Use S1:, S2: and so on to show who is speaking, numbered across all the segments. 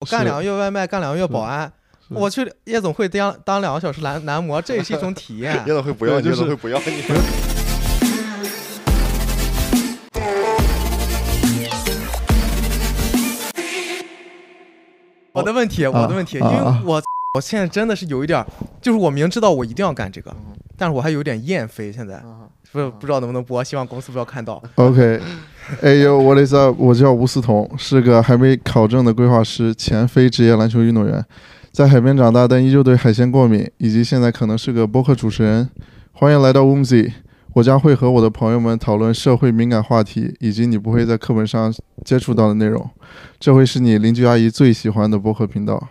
S1: 我干两个月外卖，干两个月保安，
S2: 是
S1: 我去夜总会当当两个小时男男模，这也是一种体 验。
S3: 夜总会不要，
S2: 对
S3: 夜
S2: 就是
S3: 总会不要你。
S1: 我的问题，我的问题，因
S2: 啊
S1: 为
S2: 啊
S1: 我我现在真的是有一点儿，就是我明知道我一定要干这个，
S2: 嗯
S1: 但是我还有点厌飞。现在不不知道能不能播，希望公司不要看到。
S2: OK，哎呦，What is up？我叫吴思彤，是个还没考证的规划师，前非职业篮球运动员，在海边长大，但依旧对海鲜过敏，以及现在可能是个播客主持人。欢迎来到 Woomsy，我将会和我的朋友们讨论社会敏感话题，以及你不会在课本上接触到的内容。这会是你邻居阿姨最喜欢的播客频道。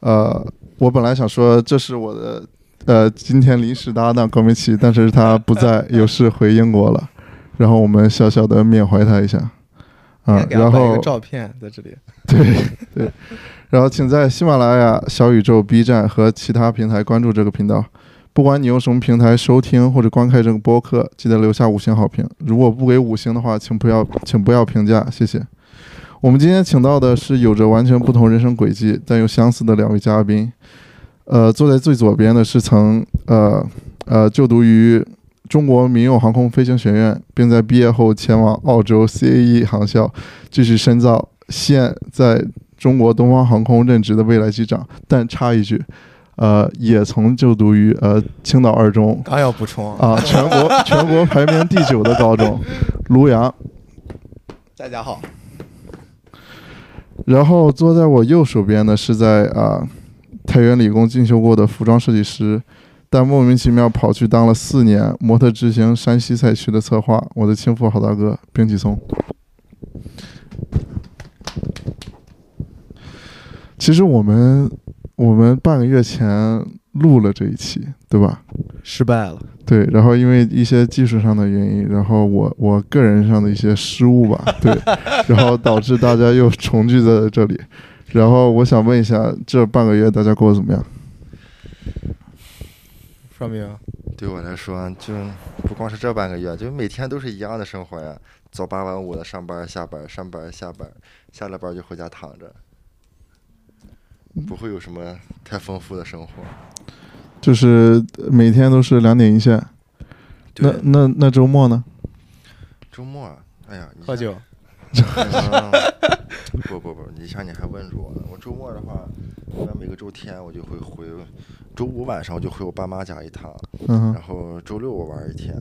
S2: 呃，我本来想说这是我的呃今天临时搭档高明奇，但是他不在，有事回英国了。然后我们小小的缅怀他一下，啊
S1: 先，给他
S2: 然
S1: 摆一
S2: 后
S1: 个照片在这里。
S2: 对对，然后请在喜马拉雅、小宇宙、B 站和其他平台关注这个频道。不管你用什么平台收听或者观看这个播客，记得留下五星好评。如果不给五星的话，请不要，请不要评价，谢谢。我们今天请到的是有着完全不同人生轨迹但又相似的两位嘉宾。呃，坐在最左边的是曾呃呃就读于中国民用航空飞行学院，并在毕业后前往澳洲 CAE 航校继续深造，现在中国东方航空任职的未来机长。但插一句，呃，也曾就读于呃青岛二中
S1: 刚要补充，
S2: 啊、全国 全国排名第九的高中庐阳。
S1: 大家好，
S2: 然后坐在我右手边的是在啊、太原理工进修过的服装设计师，但莫名其妙跑去当了四年模特之行山西赛区的策划。我的亲父好大哥冰启松。其实我们我们半个月前录了这一期，对吧？
S1: 失败了。
S2: 对，然后因为一些技术上的原因，然后我我个人上的一些失误吧，对，然后导致大家又重聚在这里。然后我想问一下，这半个月大家过得怎么样？
S1: 说明
S3: 对我来说，啊就不光是这半个月，啊就每天都是一样的生活呀，早八晚五的上班下班，上班下班，下了班就回家躺着，不会有什么太丰富的生活。
S2: 就是每天都是两点一线。那
S3: 对，
S2: 那那周末呢？
S3: 周末，哎呀，你
S1: 喝
S3: 像
S1: 酒，
S3: 嗯 不不不，你像你还问住我呢。我周末的话，一般每个周天我就会回，周五晚上我就回我爸妈家一趟，
S2: 嗯哼
S3: 然，后周六我玩一天，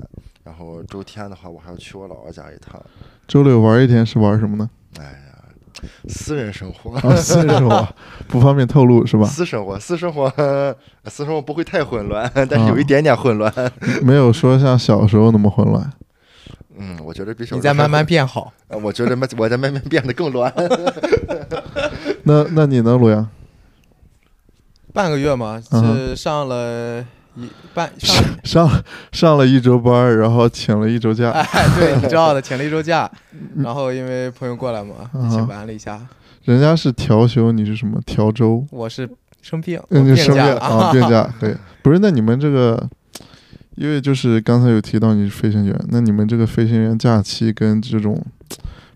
S3: 然后周天的话我还要去我姥姥家一趟。
S2: 周六玩一天是玩什么呢？
S3: 哎呀，私人生活，
S2: 啊，私生活不方便透露是吧？
S3: 私生活，私生活，呃私生活不会太混乱，但是
S1: 嗯
S3: 有一点点混乱。
S2: 没有说像小时候那么混乱。
S3: 嗯，我觉得比小
S1: 你
S3: 时
S1: 在
S3: 候
S1: 慢慢
S3: 还
S1: 变好。
S3: 混，呃我觉得慢我在慢慢变得更乱。
S2: 那那你呢，罗阳？
S1: 半个月嘛，
S2: 嗯哼
S1: 是上了一半上
S2: 上上了一周班儿，然后请了一周 假。
S1: 哎，对，你知道的，请了一周假，然后因为朋友过来嘛，一起
S2: 嗯
S1: 玩了一下。
S2: 人家是调休，你是什么调周？
S1: 我是生病，我
S2: 嗯，
S1: 病
S2: 就生病
S1: 假了
S2: 啊，病假 可以。不是，那你们这个，因为就是刚才有提到你是飞行员，那你们这个飞行员假期跟这种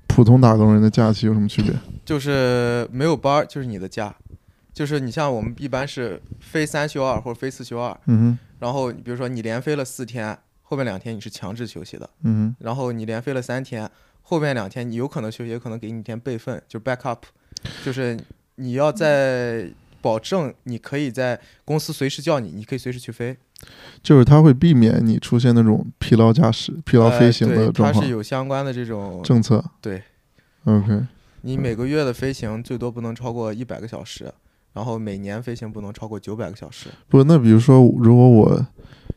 S2: 普通打工人的假期有什么区别？
S1: 就是没有班儿，就是你的假。就是你像我们一般是飞三休二或者飞四休二，
S2: 嗯
S1: 然后比如说你连飞了四天，后面两天你是强制休息的，
S2: 哼，嗯
S1: 然后你连飞了三天，后面两天你有可能休息，也可能给你一天备份，就是 back up，就是你要在保证你可以在公司随时叫你，你可以随时去飞。
S2: 哼，就是他会避免你出现那种疲劳驾驶、疲劳
S1: 呃
S2: 飞行
S1: 对
S2: 的状
S1: 它
S2: 况。
S1: 是有相关的这种
S2: 政策
S1: 对
S2: ，OK，
S1: 你每个月的飞行最多不能超过一百个小时，然后每年飞行不能超过九百个小时。
S2: 不，那比如说，如果我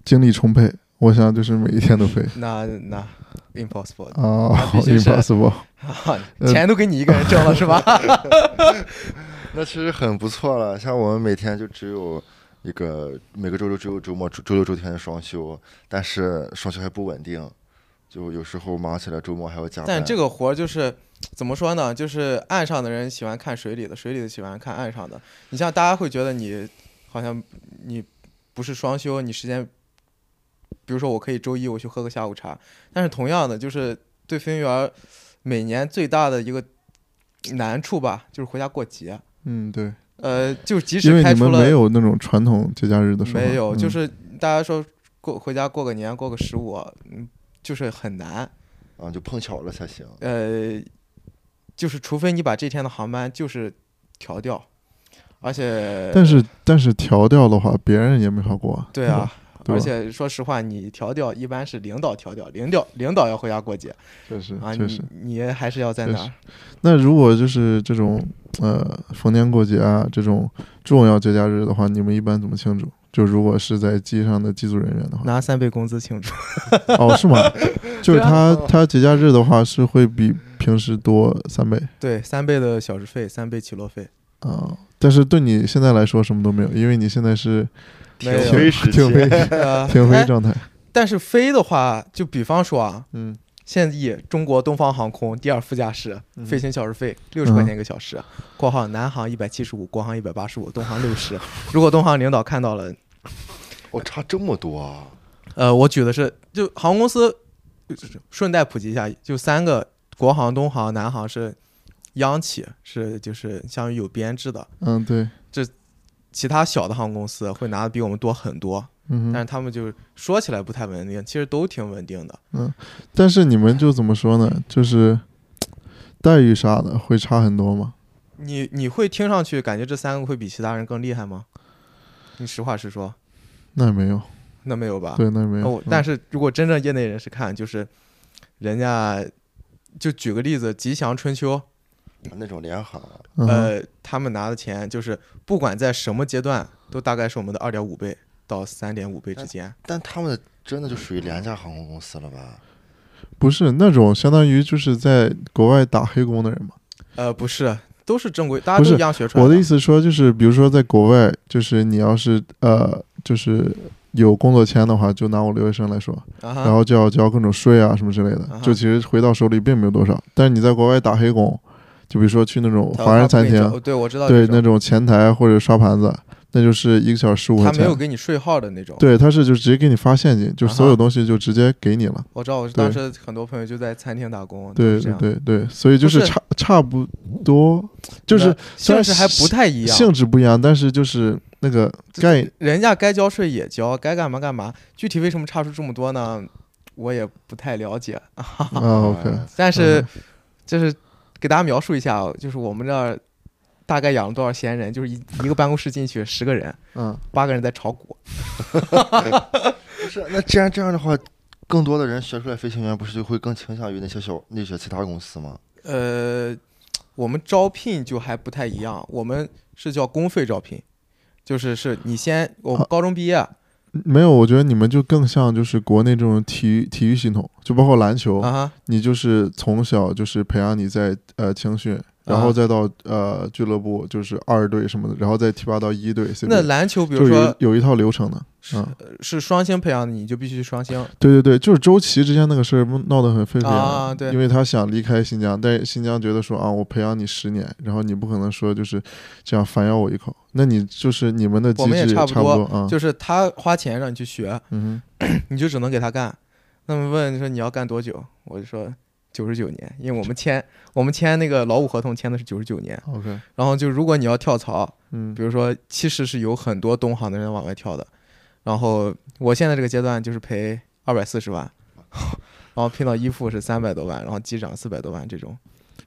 S2: 精力充沛，我想就是每一天都飞
S1: 那那 impossible 的
S2: 啊
S1: 必须是
S2: ，impossible。
S1: 啊，
S2: 呃
S1: 钱都给你一个人挣了是吧？
S3: 那其实很不错了。像我们每天就只有一个，每个周六只有周末、周周六、周天的双休，但是双休还不稳定，就有时候忙起来，周末还要加班。
S1: 但这个活儿就是怎么说呢？就是岸上的人喜欢看水里的，水里的喜欢看岸上的。你像大家会觉得你好像你不是双休，你时间，比如说我可以周一我去喝个下午茶，但是同样的，就是对飞行员儿每年最大的一个难处吧，就是回家过节。
S2: 嗯，对，
S1: 呃，就即
S2: 因
S1: 使
S2: 为
S1: 开
S2: 你
S1: 除
S2: 们
S1: 了
S2: 没有那种传统节假日的说法，
S1: 没有，就
S2: 嗯
S1: 是大家说过回家过个年，过个十五，嗯，就是很难。
S3: 啊，就碰巧了才行。
S1: 呃，就是除非你把这天的航班就是调掉，而且
S2: 但是但是调调的话，别人也没法过。
S1: 呃对啊，
S2: 对
S1: 而
S2: 吧
S1: 且说实话，你调调一般是领导调调，领导领导要回家过节
S2: 确实
S1: 啊，
S2: 确实
S1: 你。你还是要在
S2: 确
S1: 那
S2: 实
S1: 儿。
S2: 那如果就是这种呃逢年过节啊这种重要节假日的话，你们一般怎么庆祝？就如果是在机上的机组人员的话，
S1: 拿三倍工资庆祝，
S2: 哦，是吗？就
S1: 对
S2: 是
S1: 啊
S2: 他
S3: 嗯
S2: 他节假日的话是会比平时多三倍
S1: 对，三倍的小时费，三倍起落费，
S2: 啊、但是对你现在来说什么都没有，因为你现在是
S1: 没
S3: 停
S1: 有
S3: 飞时
S2: 停飞
S3: 间，
S1: 呃，
S2: 停飞
S1: 哎
S2: 状态。
S1: 但是飞的话，就比方说啊，
S2: 嗯，
S1: 现以中国东方航空第二副驾驶
S2: 嗯
S1: 飞行小时费六十块
S2: 嗯
S1: 钱一个小时，括号南航一百七十五，国航一百八十五，东航六十。 如果东航领导看到了，
S3: 我差这么多啊！
S1: 呃，我举的是就航空公司，顺带普及一下，就三个国航、东航、南航是央企，是就是相当于有编制的，
S2: 嗯，对，
S1: 其他小的航空公司会拿的比我们多很多，
S2: 嗯
S1: 但
S2: 哼，
S1: 是他们就是说起来不太稳定，其实都挺稳定的。
S2: 但是你们就怎么说呢？就是待遇啥的会差很多吗？
S1: 你你会听上去感觉这三个会比其他人更厉害吗？你实话实说，
S2: 那也没有，
S1: 那没有吧？
S2: 对，那也没有。
S1: 啊哦
S2: 嗯，
S1: 但是如果真正业内人士看，就是人家就举个例子，吉祥春秋，
S3: 那种联航，
S2: 嗯哼
S1: 呃，他们拿的钱就是不管在什么阶段，都大概是我们的二点五倍到三点五倍之间。
S3: 但他们真的就属于廉价航空公司了吧？
S2: 不是那种相当于就是在国外打黑工的人嘛？
S1: 呃，不是，都是正规，大
S2: 不
S1: 家都
S2: 是
S1: 一样学出来
S2: 我的意思说就是，比如说在国外，就是你要是呃，就是有工作签的话，就拿我留学生来说，
S1: 啊
S2: 然
S1: 哈，
S2: 后就要交各种税啊什么之类
S1: 啊
S2: 的
S1: 哈，
S2: 就其实回到手里并没有多少。但是你在国外打黑工，就比如说去那种
S1: 他
S2: 华人
S1: 他不
S2: 餐
S1: 给你
S2: 厅
S1: 找，对，我知道
S2: 对
S1: 这
S2: 那
S1: 种，
S2: 种前台或者刷盘子，那就是一个小时十五块
S1: 他没有
S2: 钱。
S1: 给你税号的那种。
S2: 对，他是就直接给你发现金，就
S1: 啊哈
S2: 所有东西就直接给你了。
S1: 我知道，我
S2: 对
S1: 当时很多朋友就在餐厅打工，都
S2: 对
S1: 是这
S2: 对
S1: 样，
S2: 对对，所以就
S1: 不
S2: 是
S1: 是
S2: 差差不多，就是
S1: 那
S2: 虽
S1: 性
S2: 然
S1: 质还不太一样，
S2: 性质不一样，但是就是 那个概
S1: 人家该交税也交，该干嘛干嘛。具体为什么差出这么多呢？我也不太了解，
S2: 啊，OK，
S1: 但是
S2: 嗯
S1: 就是给大家描述一下，就是我们这儿大概养了多少闲人，就是一一个办公室进去十个人，
S2: 嗯，
S1: 八个人在炒股，
S3: 不是，那既然这样的话，更多的人学出来飞行员，不是就会更倾向于那些小那些其他公司吗？
S1: 呃，我们招聘就还不太一样，我们是叫公费招聘，就是是你先我
S2: 啊
S1: 高中毕业啊
S2: 没有，我觉得你们就更像就是国内这种体育体育系统，就包括篮球，
S1: 啊哈，
S2: 你就是从小就是培养你在呃青训，然
S1: 啊
S2: 后再到呃俱乐部就是二队什么的，然后再提拔到一队，随
S1: 那
S2: 便
S1: 篮球比
S2: 就
S1: 如
S2: 有
S1: 说
S2: 有一套流程的。
S1: 是
S2: 嗯，
S1: 是双星培养的，你就必须双星，
S2: 对对对，就是周琦之前那个事儿不闹得很沸沸扬扬，
S1: 啊对
S2: 因为他想离开新疆，但是新疆觉得说啊，我培养你十年，然后你不可能说就是这样反咬我一口，那你就是你们的机
S1: 我们也
S2: 制
S1: 差
S2: 差
S1: 不
S2: 多啊，
S1: 就是他花钱让你去学，
S2: 嗯
S1: 你就只能给他干。那么问说你要干多久？我就说九十九年，因为我们签我们签那个劳务合同签的是九十九年。
S2: 哼，OK，
S1: 然后就如果你要跳槽，
S2: 嗯
S1: 比，如说其实是有很多东航的人往外跳的。然后我现在这个阶段就是赔二百四十万， 然后拼到一副是三百多万，然后机长四百多万这种。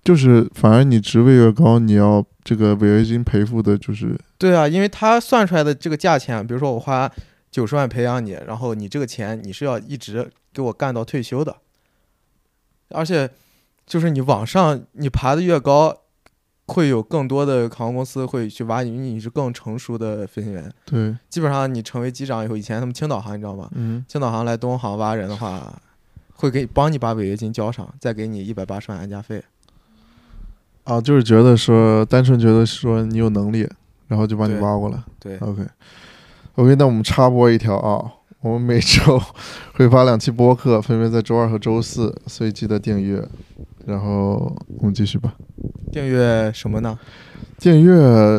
S2: 就是反而你职位越高，你要这个违约金赔付的就是
S1: 对啊，因为他算出来的这个价钱，比如说我花九十万培养你，然后你这个钱你是要一直给我干到退休的，而且就是你往上你爬得越高，会有更多的航空公司会去挖你，因为你是更成熟的飞行员。
S2: 对，
S1: 基本上你成为机长以后，以前他们青岛航你知道吗？
S2: 嗯，
S1: 青岛航来东航挖人的话，会给帮你把违约金交上，再给你一百八十万安家费。
S2: 啊，就是觉得说单纯觉得说你有能力，然后就把你
S1: 对
S2: 挖过来
S1: 对，
S2: ，OK，OK，、OK，那我们插播一条啊。我们每周会发两期播客，分别在周二和周四，所以记得订阅。然后我们继续吧。
S1: 订阅什么呢？
S2: 订阅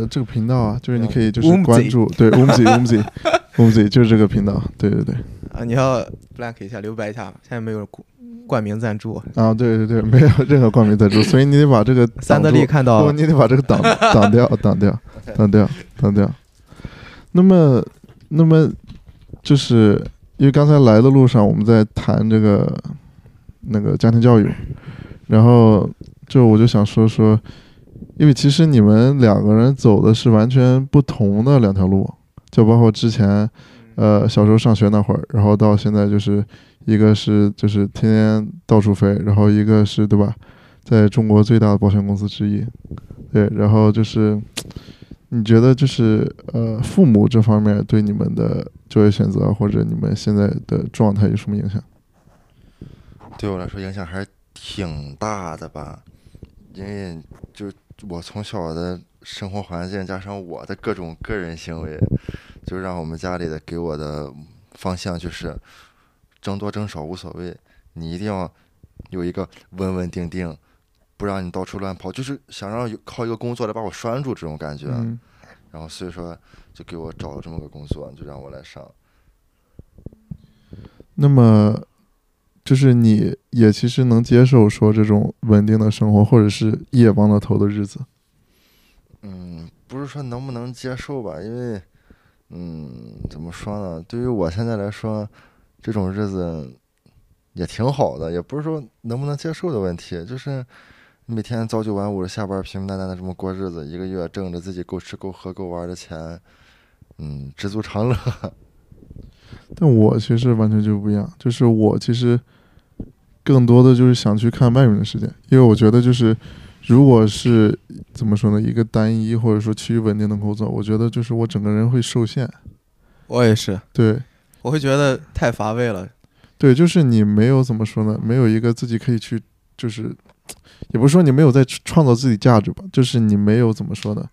S2: 这个频道啊，就是你可以就是
S1: 嗯
S2: 关注， 对 u m z i u m z i u m z i 就是这个频道。对对对，
S1: 啊，你要 blank 一下，留白一下，现在没有人顾冠名赞助，
S2: 啊，对对对，没有任何冠名赞助，所以你得把这个挡
S1: 三得
S2: 住
S1: 利看到
S2: 不，
S1: 了，
S2: 你得把这个挡挡掉，挡掉，挡掉，挡掉。那么，那么就是因为刚才来的路上我们在谈这个那个家庭教育，然后就我就想说说，因为其实你们两个人走的是完全不同的两条路，就包括之前呃小时候上学那会儿，然后到现在就是一个是就是天天到处飞，然后一个是对吧，在中国最大的保险公司之一，对，然后就是，你觉得就是呃，父母这方面对你们的就业选择或者你们现在的状态有什么影响？
S3: 对我来说影响还是挺大的吧，因为就是我从小的生活环境加上我的各种个人行为，就让我们家里的给我的方向就是争多争少无所谓，你一定要有一个稳稳定定，不让你到处乱跑，就是想让有靠一个工作来把我拴住这种感觉。
S2: 嗯，
S3: 然后所以说就给我找了这么个工作，就让我来上。
S2: 那么就是你也其实能接受说这种稳定的生活，或者是夜帮到头的日子，
S3: 嗯，不是说能不能接受吧，因为，嗯，怎么说呢？对于我现在来说，这种日子也挺好的，也不是说能不能接受的问题，就是每天早九晚五的下班，平平淡淡的这么过日子，一个月挣着自己够吃够喝够玩的钱，嗯，知足常乐。
S2: 但我其实完全就不一样，就是我其实更多的就是想去看外面的世界，因为我觉得就是如果是怎么说呢，一个单一或者说趋于稳定的工作，我觉得就是我整个人会受限。
S1: 我也是，
S2: 对
S1: 我会觉得太乏味了。
S2: 对，就是你没有怎么说呢，没有一个自己可以去，就是也不是说你没有在创造自己价值吧，就是你没有怎么说呢，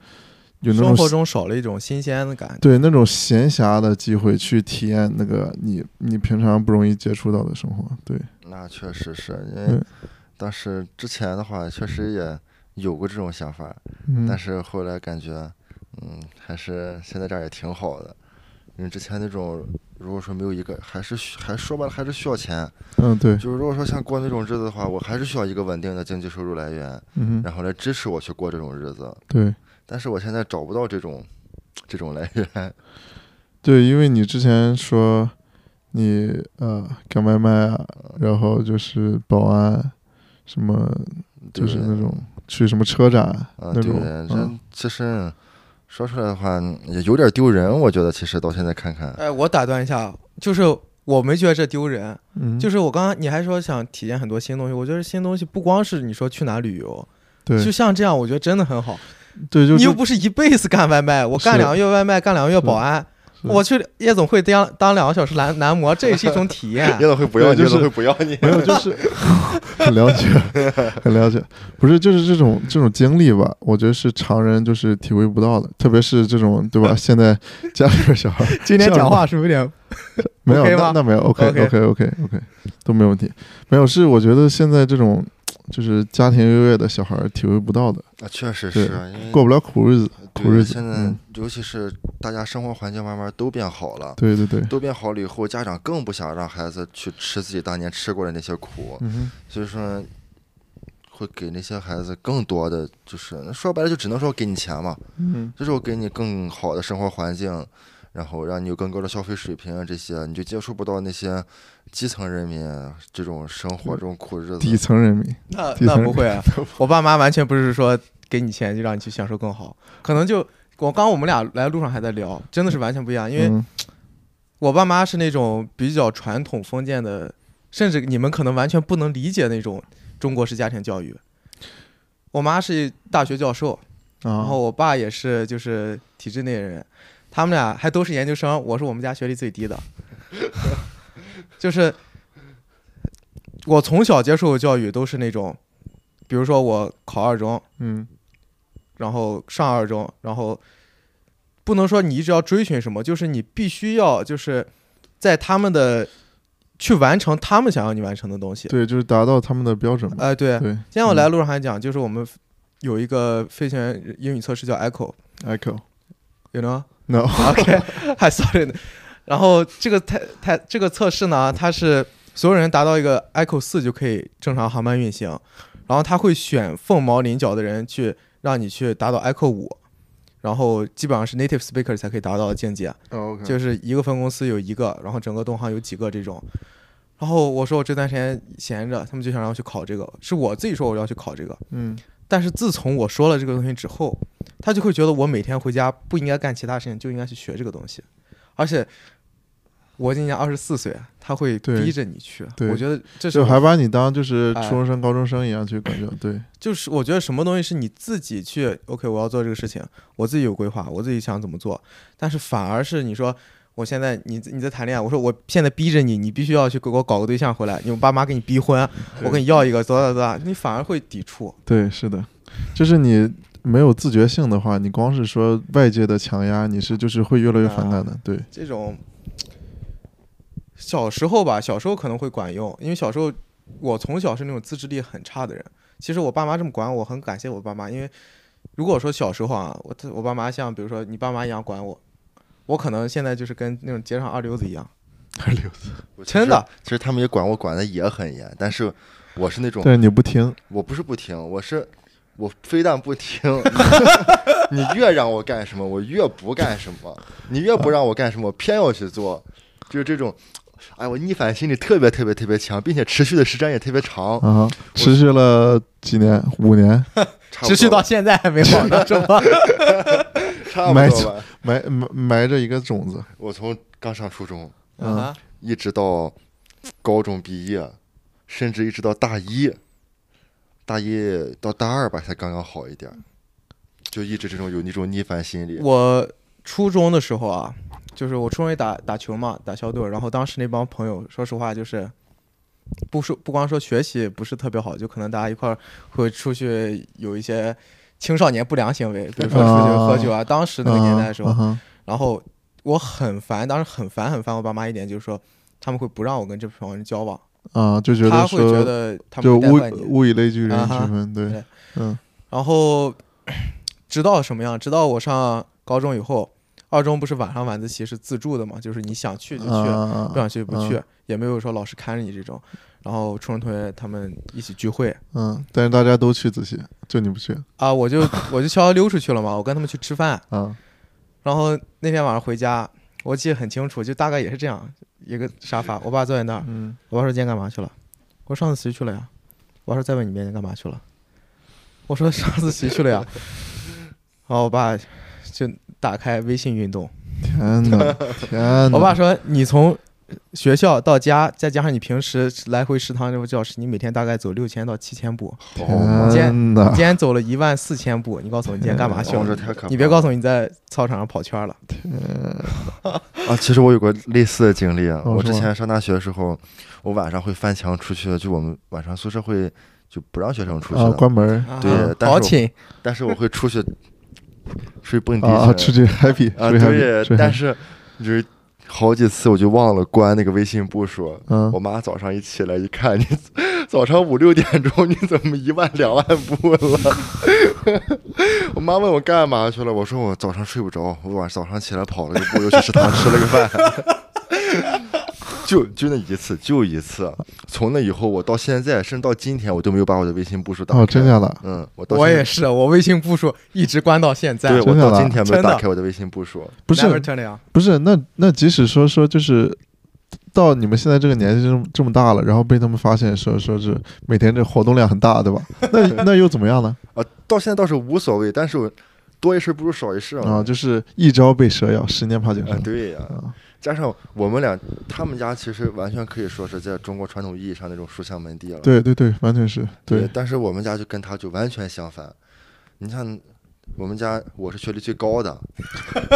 S2: 有那
S1: 生活
S2: 种。
S1: 中少了一种新鲜的感，
S2: 对那种闲暇的机会去体验那个你你平常不容易接触到的生活，对，
S3: 那确实是因为
S2: 对
S3: 当时之前的话，确实也有过这种想法，
S2: 嗯
S3: 但，是后来感觉，嗯，还是现在这儿也挺好的。因为之前那种，如果说没有一个，还是需还说白了还是需要钱。
S2: 嗯，对，
S3: 就是如果说像过那种日子的话，我还是需要一个稳定的经济收入来源，
S2: 嗯哼，
S3: 然后来支持我去过这种日子。
S2: 对
S3: 但是我现在找不到这种这种来源。
S2: 对，因为你之前说你呃干外卖啊，然后就是保安，什么
S3: 对
S2: 就是那种去什么车展
S3: 啊，
S2: 那
S3: 对，
S2: 种，
S3: 这
S2: 嗯
S3: 其实说出来的话也有点丢人，我觉得其实到现在看看，
S1: 哎，我打断一下，就是我没觉得这丢人，
S2: 嗯，
S1: 就是我刚刚你还说想体验很多新东西，我觉得新东西不光是你说去哪旅游，就
S2: 对
S1: 像这样，我觉得真的很好。
S2: 对，就
S1: 你又
S2: 是
S1: 不是一辈子干外卖，我干
S2: 是
S1: 两个月外卖，干两个月
S2: 是
S1: 保安，
S2: 是
S1: 我去夜总会当当两个小时男男模，这也是一种体验
S3: 叶。总会不要你，
S2: 对就是
S3: 叶总会不要你。
S2: 没有，就是 很了解，很了解，不是就是这种这种经历吧？我觉得是常人就是体会不到的，特别是这种 对吧？现在家里边小孩儿
S1: 今天
S2: 像
S1: 讲话是不是有点
S2: 没有
S1: OK
S2: 那
S1: 吗
S2: 那没有 OK
S1: OK
S2: OK OK OK 都没有问题，没有是我觉得现在这种就是家庭优越的小孩儿体会不到的，
S3: 啊，确实
S2: 对
S3: 是，因为
S2: 过不了苦日子，苦
S3: 对，
S2: 日子。
S3: 现在
S2: 嗯，
S3: 尤其是大家生活环境慢慢都变好了，
S2: 对对对，
S3: 都变好了以后，家长更不想让孩子去吃自己当年吃过的那些苦，
S2: 嗯哼，
S3: 所以说会给那些孩子更多的，就是说白了就只能说给你钱嘛，
S2: 嗯
S3: 就是我给你更好的生活环境，然后让你有更高的消费水平啊，这些你就接触不到那些基层人民这种生活这种苦日
S2: 底
S3: 子。
S2: 层人民，
S1: 那
S2: 第
S1: 那
S2: 三
S1: 不会啊，我爸妈完全不是说给你钱就让你去享受更好，可能就我刚我们俩来路上还在聊，真的是完全不一样。因为
S2: 嗯
S1: 我爸妈是那种比较传统封建的，甚至你们可能完全不能理解那种中国式家庭教育。我妈是大学教授，然
S2: 啊
S1: 后我爸也是就是体制内人，他们俩还都是研究生，我是我们家学历最低的， 就是我从小接受的教育都是那种，比如说我考二中，
S2: 嗯
S1: 然后上二中，然后不能说你一直要追寻什么，就是你必须要就是在他们的去完成他们想要你完成的东西。
S2: 对，就是达到他们的标准嘛。
S1: 哎、对，
S2: 对，
S1: 今天我来路上还讲，就是我们有一个飞行员英语测试叫 Echo，you
S2: echo
S1: know。
S2: no，
S1: OK，还 sorry 呢。然后这个太太这个测试呢，它是所有人达到一个 Echo 四就可以正常航班运行，然后他会选凤毛麟角的人去让你去达到 Echo 五，然后基本上是 native speaker 才可以达到的境界，
S3: 嗯
S2: OK，
S1: 就是一个分公司有一个，然后整个东航有几个这种。然后我说我这段时间闲着，他们就想让我去考这个，是我自己说我要去考这个，
S2: 嗯，
S1: 但是自从我说了这个东西之后，他就会觉得我每天回家不应该干其他事情，就应该去学这个东西。而且我 今年二十四岁，他会
S2: 对
S1: 逼着你去。
S2: 对
S1: 我觉得这是
S2: 就还把你当就是
S1: 哎
S2: 初中生、高中生一样去感觉， 对，
S1: 就是我觉得什么东西是你自己去 OK，我要做这个事情，我自己有规划，我自己想怎么做。但是反而是你说我现在你你在谈恋爱，我说我现在逼着你，你必须要去给我搞个对象回来，你爸妈给你逼婚，我给你要一个，走走走，你反而会抵触。
S2: 对，是的，就是你没有自觉性的话，你光是说外界的强压，你是就是会越来越
S1: 啊
S2: 反感的，对，
S1: 这种小时候吧，小时候可能会管用，因为小时候我从小是那种自制力很差的人。其实我爸妈这么管我，我很感谢我爸妈，因为如果说小时候啊，我我爸妈像比如说你爸妈一样管我，我可能现在就是跟那种街上二流子一样。
S3: 我其
S1: 真的
S3: 实，其实他们也管我管的也很严，但是我是那种
S2: 但是你不听，
S3: 我不是不听，我是我非但不听， 你越让我干什么，我越不干什么；你越不让我干什么，我偏要去做，就是这种。哎，我逆反心理特别特别特别强，并且持续的时间也特别长，
S2: 啊，持续了几年，五 年，
S3: 差不多
S1: 持续到
S3: 吧
S1: 现在还没好呢，是吧？
S3: 差不
S2: 埋
S3: 多
S2: 藏
S3: 吧。
S2: 埋埋埋着一个种子，
S3: 我从刚上初中
S2: 嗯
S1: 啊，
S3: 一直到高中毕业，甚至一直到大一，大一到大二吧才刚刚好一点，就一直这种有那种逆反心理。
S1: 我初中的时候啊，就是我初中也打打球嘛，打校队儿，然后当时那帮朋友，说实话就是。不说不光说学习不是特别好，就可能大家一块儿会出去有一些青少年不良行为，比如说出去喝酒啊。当时那个年代的时候，
S2: 啊啊哈
S1: 然后我很烦，当时很烦很烦我爸妈一点，就是说他们会不让我跟这帮人交往，
S2: 啊，就觉得
S1: 他会
S2: 说
S1: 觉得他
S2: 就
S1: 们会
S2: 物
S1: 带坏你。
S2: 物以类聚，人以
S1: 啊哈
S2: 群分，对
S1: 对，
S2: 嗯
S1: 然后直到什么样？直到我上高中以后，二中不是晚上晚自习是自助的嘛，就是你想去就去，
S2: 啊
S1: 不，想去就不去，
S2: 嗯
S1: 也没有说老师看着你这种。然后初中同学他们一起聚会
S2: 嗯，但是大家都去自习，就你不去
S1: 啊，我就 我就悄悄溜出去了嘛，我跟他们去吃饭。
S2: 啊，
S1: 然后那天晚上回家，我记得很清楚，就大概也是这样一个沙发，我爸坐在那儿，
S2: 嗯，
S1: 我爸说今天干嘛去了？我说上自习去了呀。我爸说再问你一遍，你干嘛去了？我说上自习去了呀。然后我爸就打开微信运动。
S2: 天 哪，天哪，
S1: 我爸说你从学校到家，再加上你平时来回食堂这个教室，你每天大概走六千到七千 步。
S3: 哦，
S2: 天哪
S1: 你，今天走了一万四千步，你告诉我你今天干嘛去
S3: 哦这
S1: 了？
S3: 太可怕了！
S1: 你别告诉我你在操场上跑圈了。
S3: 啊，其实我有过类似的经历啊。
S2: 哦
S3: 我
S2: 是
S3: 之
S2: 吗
S3: 前上大学的时候，我晚上会翻墙出去，就我们晚上宿舍会就不让学生出去
S2: 啊，
S3: 了，
S2: 关门
S1: 啊
S3: 对但是
S1: 好
S3: 我
S1: 寝
S3: 但是我会出去出去蹦迪
S2: 啊啊，
S3: 去
S2: 出去 happy，
S3: 啊，
S2: 出去 happy，
S3: 对
S2: 出去，
S3: 但
S2: happy
S3: 是就是好几次我就忘了关那个微信步数。
S2: 嗯
S3: 我，妈早上一起来一看你，早上五六点钟你怎么一万两万步了？ 我妈问我干嘛去了，我说我早上睡不着，我晚早上起来跑了个步，又去食堂吃了个饭。 就就那一次，就一次。从那以后，我到现在，甚至到今天，我都没有把我的微信步数打开。
S2: 哦，真假的，
S3: 嗯，我到
S1: 我
S3: 现
S1: 也是，我微信步数一直关到现在
S3: 对，。我
S2: 真的
S3: 到
S2: 吗
S3: 今天没有
S1: 真的
S3: 打开我的微信步数。
S2: 不是
S1: Never turn it on
S2: 不是，那那即使说说就是到你们现在这个年纪这么这么大了，然后被他们发现说说是每天这活动量很大，对吧？那那又怎么样呢？
S3: 啊，到现在倒是无所谓，但是我多一事不如少一事嘛
S2: 啊，。就是一朝被蛇咬，十年怕井
S3: 啊
S2: 绳，。
S3: 对呀、
S2: 啊
S3: 加上我们俩，他们家其实完全可以说是在中国传统意义上那种书香门第了。
S2: 对对对，完全是对，
S3: 但是我们家就跟他就完全相反。你看，我们家我是学历最高的，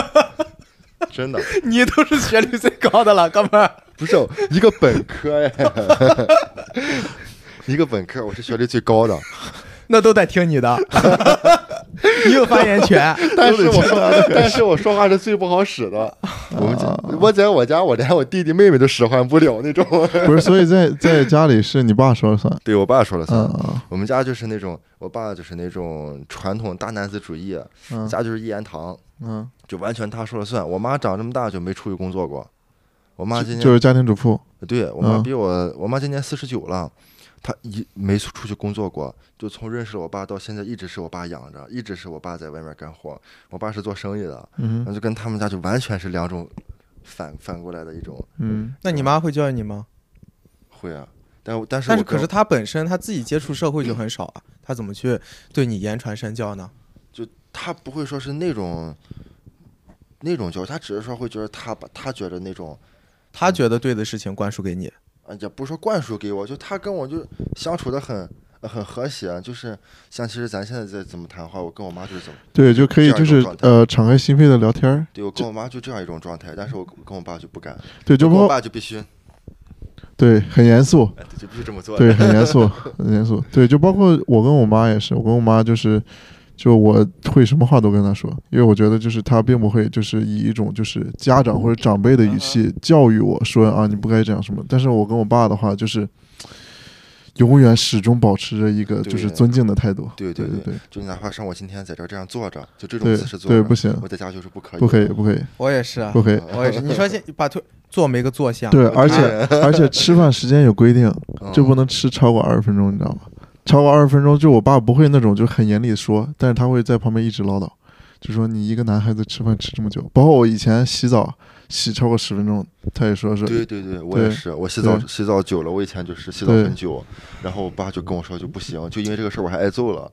S3: 真的
S1: 你都是学历最高的了，哥们儿。
S3: 不是哦一个本科哎， 一个本科，我是学历最高的。
S1: 那都得听你的， 你有发言权。
S3: 但是我说，但是我说话是最不好使的。我们家我在我家，我连我弟弟妹妹都使唤不 了那种。
S2: 不是，所以在在家里是你爸说了 算，
S3: 对我爸说了
S2: 嗯
S3: 算。
S2: 嗯
S3: 我们家就是那种，我爸就是那种传统大男子主义，
S2: 嗯
S3: 家就是一言堂，
S2: 嗯，
S3: 就完全他说了算。我妈长这么大就没出去工作过，我妈
S2: 就
S3: 啊今年
S2: 就是家庭主妇，
S3: 对我妈
S2: 嗯
S3: 比我，我妈今年四十九了，她一没出出去工作过，就从认识了我爸到现在，一直是我爸养着，一直是我爸在外面干活。我爸是做生意的，
S2: 嗯
S3: 然后就跟他们家就完全是两种反反过来的一种
S2: 嗯
S1: 那你妈会教育你吗？
S3: 会啊。但我但是
S1: 但是
S3: 我跟
S1: 可是她本身她自己接触社会就很少啊，她怎么去对你言传身教呢？
S3: 他不会说是那种那种教育，他只是说会觉得他把他觉得那种
S1: 她觉得对的事情灌输给你，
S3: 啊，也不是说灌输给我，就他跟我就相处的很呃很和谐，就是像其实咱现在在怎么谈话，我跟我妈就是怎么，
S2: 对，就可以
S3: 这样
S2: 就
S3: 一种
S2: 是
S3: 状态
S2: 呃敞开心扉的聊天儿，
S3: 对我跟我妈就这样一种状态，但是我跟我爸就不敢，
S2: 对，就
S3: 我跟我
S2: 包
S3: 爸就必须，
S2: 对很严 肃，
S3: 哎就必须这么做。
S2: 对，很严肃，很严肃。对，就包括我跟我妈也是，我跟我妈就是，就我会什么话都跟她说，因为我觉得就是她并不会就是以一种就是家长或者长辈的语
S3: 嗯
S2: 气教育我说啊你不该这样什么。但是我跟我爸的话就是，永远始终保持着一个就是
S3: 对
S2: 尊敬的态度。
S3: 对
S2: 对
S3: 对
S2: 对
S3: 就哪怕像我今天在这儿这样坐着，就这种
S2: 对
S3: 姿势坐
S2: 对，
S3: 着，
S2: 不行，
S3: 我在家就是不可以，
S2: 不可以，不可以，
S1: 我也是啊
S2: 不，可以。
S3: 啊，
S1: 我也是。你说现把腿做没个坐相，
S2: 对， 而且而且吃饭时间有规定，
S3: 嗯
S2: 就不能吃超过二十分钟，你知道吗？超过二十分钟，就我爸不会那种就很严厉的说，但是他会在旁边一直唠叨，就说你一个男孩子吃饭吃这么久，包括我以前洗澡洗超过十分钟，他也说是
S3: 对对对，我也
S2: 对
S3: 是，我洗澡
S2: 对
S3: 洗澡久了，我以前就是洗澡
S2: 对
S3: 很久，然后我爸就跟我说就不行，就因为这个事儿我还挨揍了，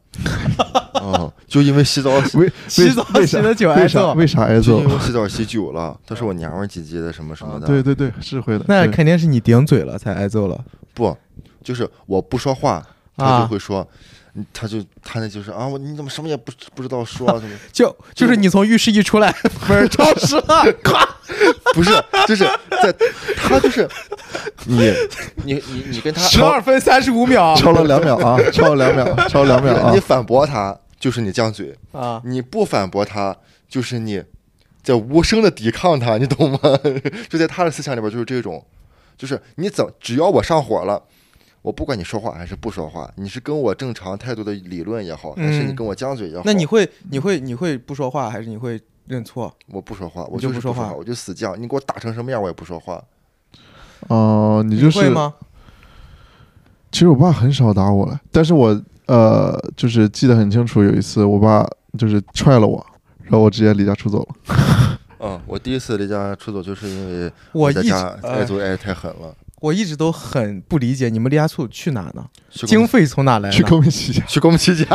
S3: 嗯，就因为洗澡洗
S2: 为
S1: 洗澡
S2: 为
S1: 洗得久挨
S2: 为啥
S1: 揍
S2: 为啥挨
S3: 就
S2: 揍
S3: 因为？我洗澡洗久了，他说我娘们儿唧唧的什么什么的，
S2: 啊对对对，是会的。
S1: 那
S2: 对
S1: 肯定是你顶嘴了才挨揍了
S3: 不，就是我不说话，他就
S1: 啊！
S3: 会说，嗯他就他那就是啊，我你怎么什么也不不知道说啊什么？
S1: 就就是你从浴室一出来， 不是超时了，咔，
S3: 不是，就是在他就是你你你你跟他
S1: 十二分三十五秒
S2: 超了两秒 啊，超了两秒，超了两秒啊
S3: 你！反驳他就是你犟嘴，
S1: 啊！
S3: 你不反驳他，就是你在无声的抵抗他，你懂吗？ 就在他的思想里边就是这种，就是你怎只要我上火了，我不管你说话还是不说话，你是跟我正常态度的理论也好，还是你
S1: 嗯
S3: 跟我犟嘴也好，
S1: 那你会你会你会不说话，还是你会认错？
S3: 我不说话，我
S1: 你就
S3: 就是
S1: 不
S3: 说
S1: 说话
S3: 我就死犟，你给我打成什么样我也不说话。
S2: 哦，你就是
S1: 会吗？
S2: 其实我爸很少打我了，但是我呃，就是记得很清楚，有一次我爸就是踹了我，然后我直接离家出走了。
S3: 嗯，我第一次离家出走就是因为
S1: 我
S3: 在
S1: 一直
S3: 家挨
S1: 哎
S3: 揍挨得太狠了，
S1: 我一直都很不理解你们离家出走去哪呢？
S3: 去
S1: 经
S3: 公
S1: 费从哪来
S2: 去
S1: 呢？
S2: 公民起家，
S3: 去公鸡家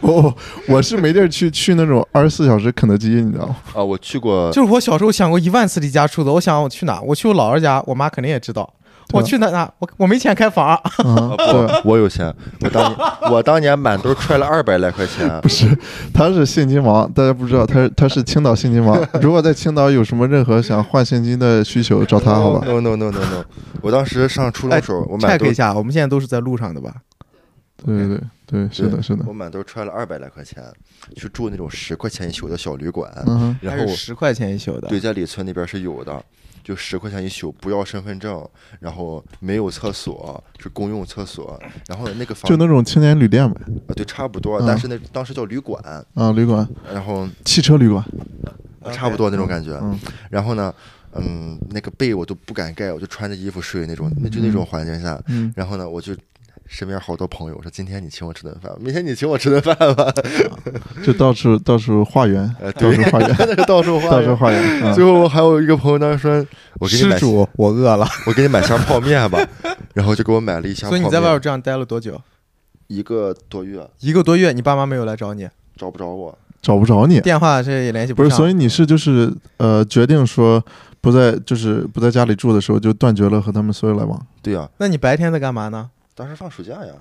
S2: 我哦我是没地儿去，去那种二十四小时肯德基，你知道吗？
S3: 啊，我去过
S1: 就是我小时候想过一万次离家出走，我想我去哪？我去我姥姥家，我妈肯定也知道。
S2: 对啊
S1: 我去哪哪？我我没钱开房，
S2: 啊，对，
S3: 呃我有钱，我当年我当年满兜揣了二百来块钱，不是
S2: 他是现金王，大家不知道，他是他是青岛现金王。如果在青岛有什么任何想换现金的需求，找他好吧？哎
S3: ？No No No No No，我当时上初中时候，我满兜
S1: check 一下，我们现在都是在路上的吧？
S2: 对对对，是的，
S3: 对
S2: 是的
S3: 我，满兜揣了二百来块钱，去住那种十块钱一宿的小旅馆，
S2: 嗯哼，
S3: 然
S1: 还
S3: 后
S1: 是十块钱一宿的，
S3: 对，在李村那边是有的，就十块钱一宿，不要身份证，然后没有厕所，是公用厕所，然后那个房
S2: 就那种青年旅店呗，
S3: 啊对差不多，
S2: 嗯
S3: 但是那当时叫旅馆，
S2: 啊，旅馆，
S3: 然后
S2: 汽车旅馆，
S1: OK
S3: 差不多那种感觉
S2: 嗯。
S3: 然后呢，嗯，那个被我都不敢盖，我就穿着衣服睡那种，那就那种环境下。
S2: 嗯，
S3: 然后呢，我就身边好多朋友说，今天你请我吃顿饭，明天你请我吃顿饭吧。
S2: 就到处到处化缘，
S3: 呃
S2: 到
S3: 对
S2: 处化缘，
S3: 真的是到处花
S2: 到处
S3: 园。
S2: 化缘。啊
S3: 最后我还有一个朋友当时说，我给你买
S1: 施，主，我饿了。
S3: 我给你买箱泡面吧， 然后就给我买了一
S1: 所
S3: 箱泡
S1: 以
S3: 面。
S1: 你在外边这样待了多久？
S3: 一个多月
S1: 一个多月，你爸妈没有来找你，
S3: 找不着我，
S2: 找不着你，
S1: 电话这也联系
S2: 不是？
S1: 上。
S2: 所以你是就是呃，决定说不在就是不在家里住的时候，就断绝了和他们所有来往。
S3: 对呀、
S1: 那你白天在干嘛呢？
S3: 当时放暑假呀，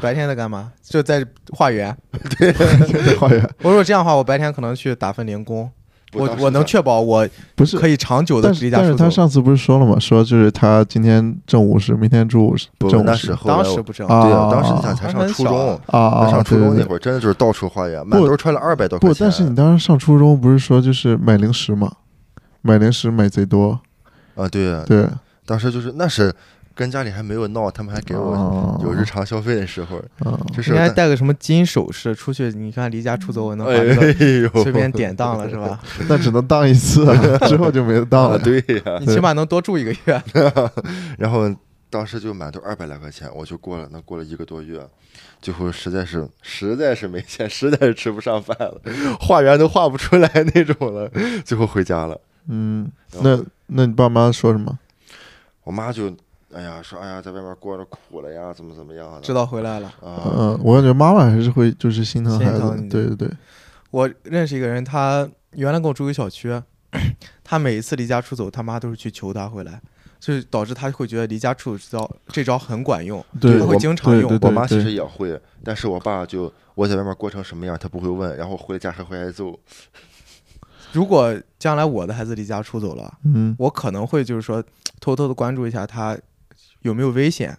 S1: 白天在干嘛？就在化缘。
S2: 在花园
S1: 我如果这样的话，我白天可能去打份零工，我
S3: 当时
S1: 我能
S3: 在
S1: 确保我
S2: 不是
S1: 可，以长久的
S2: 但
S1: 离
S2: 是
S1: 家
S2: 但是
S1: 出
S2: 他
S1: 走。
S2: 上次不是说了吗？说就是他今天正五十，明天中午是
S3: 不
S2: 正
S3: 那
S2: 午
S3: 是
S2: 是
S3: 后来
S1: 当时
S3: 我
S1: 不正，
S2: 啊
S3: 对呀、当时你想
S1: 当时
S3: 才上
S1: 很
S3: 初
S1: 小
S3: 中
S1: 啊，
S2: 啊啊！
S3: 才上初中
S2: 对
S3: 那
S2: 对对
S3: 会儿真的就是到处花园，满兜揣了二百多块
S2: 不，
S3: 钱。
S2: 但是你当时上初中不是说就是买零食嘛，买零食买贼多，
S3: 啊，对呀，
S2: 对
S3: 当时就是那是跟家里还没有闹，他们还给我
S2: 哦
S3: 有日常消费的时候，
S2: 哦
S3: 就是
S1: 应该
S3: 我
S1: 带个什么金首饰出去，你看离家出走，我能把这个
S3: 哎 呦，
S1: 随便典当了是吧？
S2: 那只能当一 次， 之后就没得当
S3: 啊，
S2: 了。
S3: 对呀、
S1: 你起码能多住一个月。
S3: 然后当时就满都二百来块钱，我就过了，那过了一个多月，最后实在是实在是没钱，实在是吃不上饭了，画圆都画不出来那种了，最后回家了。
S2: 嗯，
S3: 然后
S2: 那那你爸妈说什么？
S3: 我妈就哎呀说哎呀在外面过着苦了呀，怎么怎么样的，
S1: 知道回来了。
S3: 啊，
S2: 嗯，我感觉妈妈还是会就是心疼孩
S1: 心
S2: 子
S1: 疼
S2: 的，
S1: 你
S2: 对对对，
S1: 我认识一个人，他原来跟我住一个小区， 他每一次离家出走，他妈都是去求他回来，所以导致他会觉得离家出走这招这招很管用。
S2: 对
S1: 他
S3: 我
S1: 会经常
S2: 对
S1: 用
S2: 对对
S3: 我妈其实也会，但是我爸就我在外面过成什么样，他不会问，然后回家还会挨揍。
S1: 如果将来我的孩子离家出走了，
S2: 嗯
S1: 我可能会就是说偷偷的关注一下他有没有危险，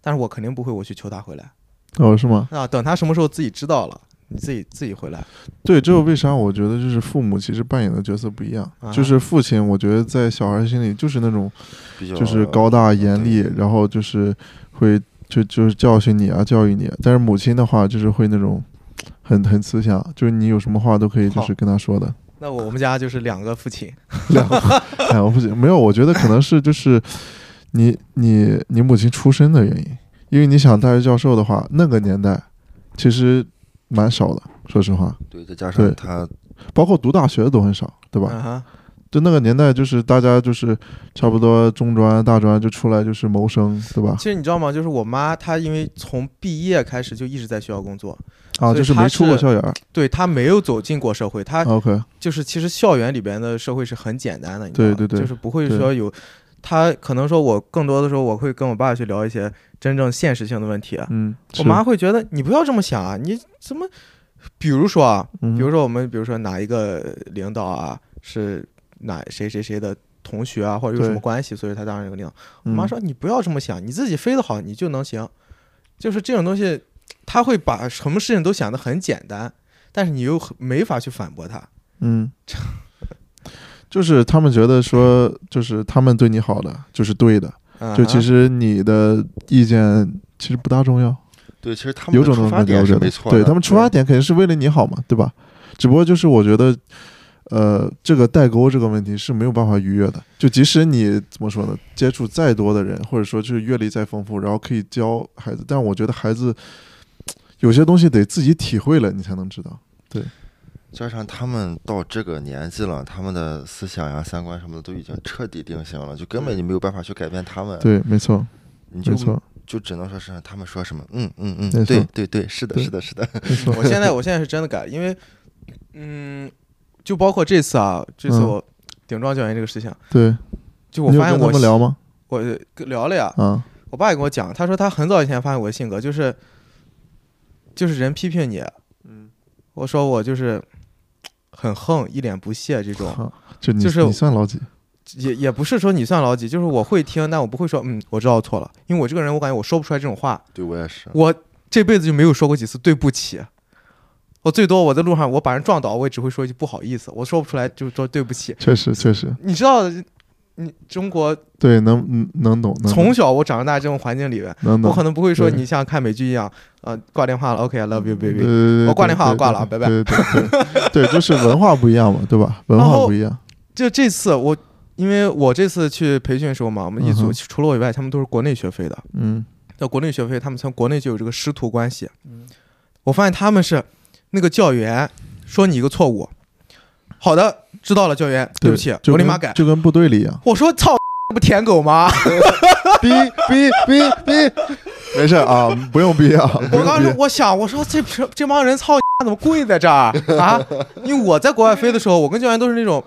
S1: 但是我肯定不会我去求他回来
S2: 哦是吗？
S1: 啊。等他什么时候自己知道了，你自己自己回来。
S2: 对，这个为啥我觉得就是父母其实扮演的角色不一样，
S1: 啊
S2: 就是父亲，我觉得在小孩心里就是那种
S3: 比较
S2: 就是高大严厉，然后就是会就就是教训你啊，教育你啊。但是母亲的话就是会那种很很慈祥，就是你有什么话都可以就是
S1: 好
S2: 跟 她说的。
S1: 那我们家就是两个父亲，
S2: 两个，哎，我不行，没有，我觉得可能是就是你你你母亲出身的原因，因为你想大学教授的话，那个年代其实蛮少的，说实话，
S3: 对，再加
S2: 对
S3: 上他
S2: 包括读大学的都很少，对吧？啊
S1: 嗯哼，
S2: 就那个年代，就是大家就是差不多中专、大专就出来就是谋生，对吧？
S1: 其实你知道吗？就是我妈她因为从毕业开始就一直在学校工作，所
S2: 啊，
S1: 以
S2: 就是没
S1: 他
S2: 出过
S1: 是
S2: 校园儿。啊
S1: 对她没有走进过社会，她
S2: OK，
S1: 就是其实校园里边的社会是很简单的，你知
S2: 对
S1: 道吗
S2: 对对
S1: 就是不会
S2: 对
S1: 说有。她可能说，我更多的时候我会跟我爸去聊一些真正现实性的问题。啊
S2: 嗯，
S1: 我
S2: 是
S1: 妈，会觉得你不要这么想啊，你怎么？比如说啊，
S2: 嗯
S1: 比如说我们比如说哪一个领导啊是哪谁谁谁的同学啊，或者有什
S2: 对
S1: 么关系，所以他当上一个领导。我
S2: 嗯
S1: 妈说你不要这么想，你自己飞得好，你就能行。就是这种东西，他会把什么事情都想得很简单，但是你又很没法去反驳他。
S2: 嗯，就是他们觉得说，就是他们对你好的就是对的，
S1: 嗯
S2: 就其实你的意见其实不大重要，
S3: 对，其实他
S2: 有
S3: 们的
S2: 种
S3: 出
S2: 种
S3: 发
S2: 感觉，
S3: 点
S2: 我
S3: 是
S2: 觉
S3: 没
S2: 得，
S3: 错的，
S2: 对他们出发点肯定是为了你好嘛，对吧？只不过就是我觉得，呃，这个代沟这个问题是没有办法逾越的。就即使你怎么说呢，接触再多的人，或者说就是阅历再丰富，然后可以教孩子，但我觉得孩子有些东西得自己体会了，你才能知道。
S3: 加上他们到这个年纪了，他们的思想呀、三观什么的都已经彻底定型了，就根本你没有办法去改变他们。，
S2: 对，没错，
S3: 你就
S2: 没错，
S3: 就只能说是他们说什么，嗯嗯嗯
S2: 没错，
S3: 对对对，是的，
S2: 对
S3: 是的，是的。
S2: 没错。
S1: 我现在我现在是真的改，因为嗯，就包括这次啊，这次
S2: 嗯
S1: 我顶撞教员这个事情，
S2: 对，
S1: 就我
S2: 你有
S1: 发
S2: 跟
S1: 现
S2: 他
S1: 我
S2: 们聊吗？
S1: 我聊了呀，
S2: 啊，
S1: 我爸也跟我讲，他说他很早以前发现我的性格就是，就是人批评你，
S2: 嗯，
S1: 我说我就是很横，一脸不屑这种，
S2: 好，就你
S1: 就是
S2: 你算老几？
S1: 也也不是说你算老几，就是我会听，但我不会说，嗯，我知道错了，因为我这个人我感觉我说不出来这种话，
S3: 对我也
S2: 嗯
S3: 是，
S1: 我这辈子就没有说过几次对不起。我最多我在路上我把人撞倒，我也只会说一句不好意思，我说不出来就说对不起。
S2: 确实，确实，
S1: 你知道，你中国
S2: 对，能嗯能懂，能
S1: 从
S2: 懂
S1: 小我长大这种环境里边，
S2: 能
S1: 我
S2: 懂
S1: 可。能不会说
S2: 嗯对嗯
S1: 你像看美剧一样，呃，挂电话了，OK，I、love you
S2: 对
S1: baby，、
S2: 对对
S1: 我哦挂电话
S2: 呃对
S1: 挂了啊
S2: 对
S1: 拜拜
S2: 对对对对，就是文化不一样嘛，对吧？文
S1: 然
S2: 化
S1: 后
S2: 不一样。
S1: 就这次我，因为我这次去培训的时候嘛，我们一
S2: 嗯
S1: 组
S2: 哼
S1: 除了我以外，他们都是国内学费的。
S2: 嗯，
S1: 在国内学费，他们从国内就有这个师徒关系。
S2: 嗯
S1: 我发现他们是那个教员说你一个错误，好的，知道了，教员，对不起，
S2: 就
S1: 我立
S2: 跟
S1: 马改。
S2: 就跟部队里一 样。
S1: 我说操，不舔狗 吗？
S2: 逼逼逼逼，没事啊，不用逼啊，不
S1: 我
S2: 用
S1: 当时
S2: 逼。
S1: 我想，我说这这帮人操， 怎么跪在这儿啊？因为我在国外飞的时候，我跟教员都是那种，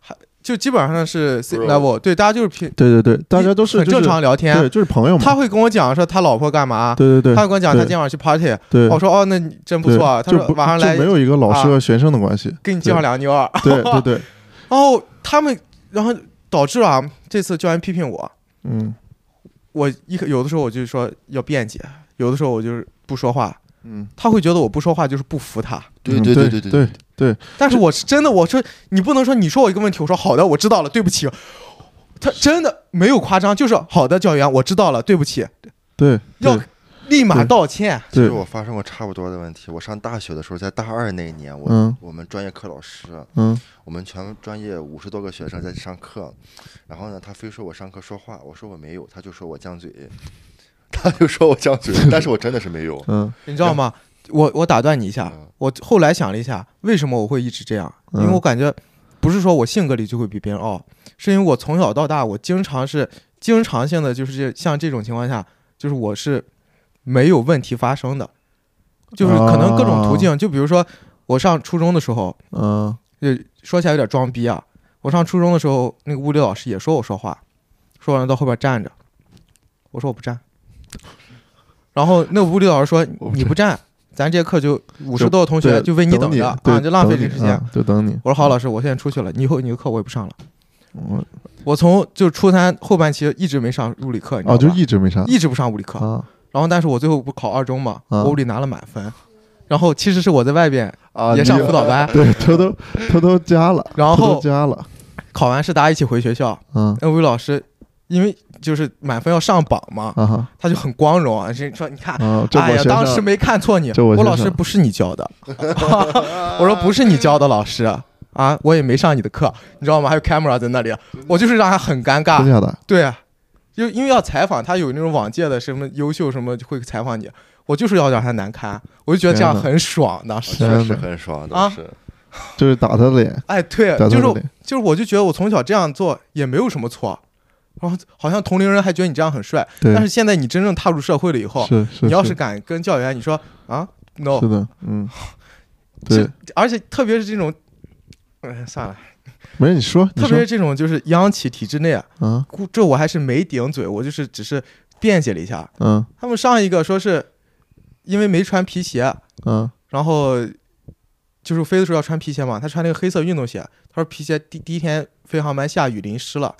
S1: 还就基本上是 C
S3: Bro
S1: level，对，大家就是平，
S2: 对对对，大家都是
S1: 很
S2: 就是
S1: 正常聊天。
S2: 对，就是朋友嘛
S1: 他。会跟我讲说他老婆干嘛，
S2: 对对
S1: 他
S2: 对
S1: 会跟我讲他
S2: 对
S1: 今晚去 party，
S2: 对，
S1: 我说哦，那你真不错啊。他
S2: 对就
S1: 说
S2: 不
S1: 晚上
S2: 就
S1: 来啊
S2: 没有一个老师和学生的 关系。
S1: 给你介绍两个妞儿，
S2: 对对对，
S1: 然后他们，然后导致啊，这次教员批评我，
S2: 嗯
S1: 我一有的时候我就说要辩解，有的时候我就是不说话，
S2: 嗯，
S1: 他会觉得我不说话就是不服他。
S3: 对
S2: 嗯
S3: 对
S2: 对
S3: 对对
S2: 对，
S1: 但是我是真的，我说你不能说你说我一个问题，我说好的，我知道了，对不起。他真的没有夸张，就是好的教员，我知道了，对不起，
S2: 对，
S1: 要
S2: 对
S1: 立马道歉。
S3: 其实
S2: 对
S3: 我发生过差不多的问题。我上大学的时候，在大二那一年，我、
S2: 嗯
S3: 我们专业课老师，啊
S2: 嗯
S3: 我们全专业五十多个学生在上课，然后呢，他非说我上课说话，我说我没有，他就说我犟嘴， 他就说我犟 嘴，但是我真的是没有。
S2: 嗯
S1: 你知道吗？我我打断你一下
S3: 嗯，
S1: 我后来想了一下，为什么我会一直这样？因
S2: 嗯
S1: 为我感觉不是说我性格里就会比别人傲，是因为我从小到大，我经常是经常性的就是这像这种情况下，就是我是没有问题发生的，就是可能各种途径，就比如说我上初中的时候，
S2: 嗯
S1: 就说起来有点装逼啊。我上初中的时候，那个物理老师也说我说话，说完了到后边站着，我说我不站。然后那物理老师说
S2: 我不站
S1: 你不站，咱这课就五十
S2: 就
S1: 多个同学
S2: 对
S1: 就为你等着
S2: 对
S1: 啊，就浪费
S2: 等
S1: 这
S2: 你
S1: 时间。
S2: 啊就等你。
S1: 我说好，老师，我现在出去了，你以后你的课我也不上了。
S2: 我
S1: 我从就初三后半期一直没上物理课，你知道
S2: 哦，就
S1: 吧
S2: 一直没上
S1: 一直不上物理课。
S2: 啊
S1: 然后但是我最后不考二中嘛，
S2: 啊
S1: 我物理拿了满分。然后其实是我在外边
S2: 啊，
S1: 也
S2: 你
S1: 上辅导班，
S2: 对，偷偷偷偷加了，
S1: 然
S2: 偷偷
S1: 后
S2: 加了，
S1: 考完试大家一起回学校，
S2: 嗯
S1: 那物理老师因为就是满分要上榜嘛，
S2: 啊哈
S1: 他就很光荣啊，是说你看。
S2: 啊，这我
S1: 哎呀
S2: 学，
S1: 当
S2: 生
S1: 时没看错你，
S2: 这我
S1: 我
S2: 先
S1: 老师
S2: 生
S1: 不是你教的， 我说不是你教的老师啊，我也没上你的课，你知道吗？还有 camera 在那里，啊我就是让他很尴
S2: 真
S1: 尬。
S2: 假的，
S1: 对啊，就因为要采访，他有那种往届的什么优秀什么会采访你，我就是要让他难堪，我就觉得这样
S2: 天哪
S1: 很爽。当时，
S2: 天
S3: 确实
S2: 哪
S3: 很爽，
S1: 啊
S3: 当时、
S2: 就是打他的脸，
S1: 哎，对，
S2: 打
S1: 就
S2: 他
S1: 是
S2: 的
S1: 我
S2: 脸，
S1: 就是我就觉得我从小这样做也没有什么错，然后好像同龄人还觉得你这样很帅，
S2: 对
S1: 但，是现在你真正踏入社会了以后，
S2: 是是，
S1: 你要是
S2: 是
S1: 敢跟教员你说啊，no，
S2: 是的，嗯，
S1: 就
S2: 对，
S1: 而且特别是这种，哎，算了，
S2: 没事，你说，你
S1: 特别
S2: 说
S1: 是这种就是央企体制内啊，
S2: 啊，
S1: 故这我还是没顶嘴，我就是只是辩解了一下。
S2: 嗯
S1: 他们上一个说是因为没穿皮鞋，啊
S2: 嗯
S1: 然后就是飞的时候要穿皮鞋嘛，他穿那个黑色运动鞋，他说皮鞋第第一天飞航班下雨淋湿了。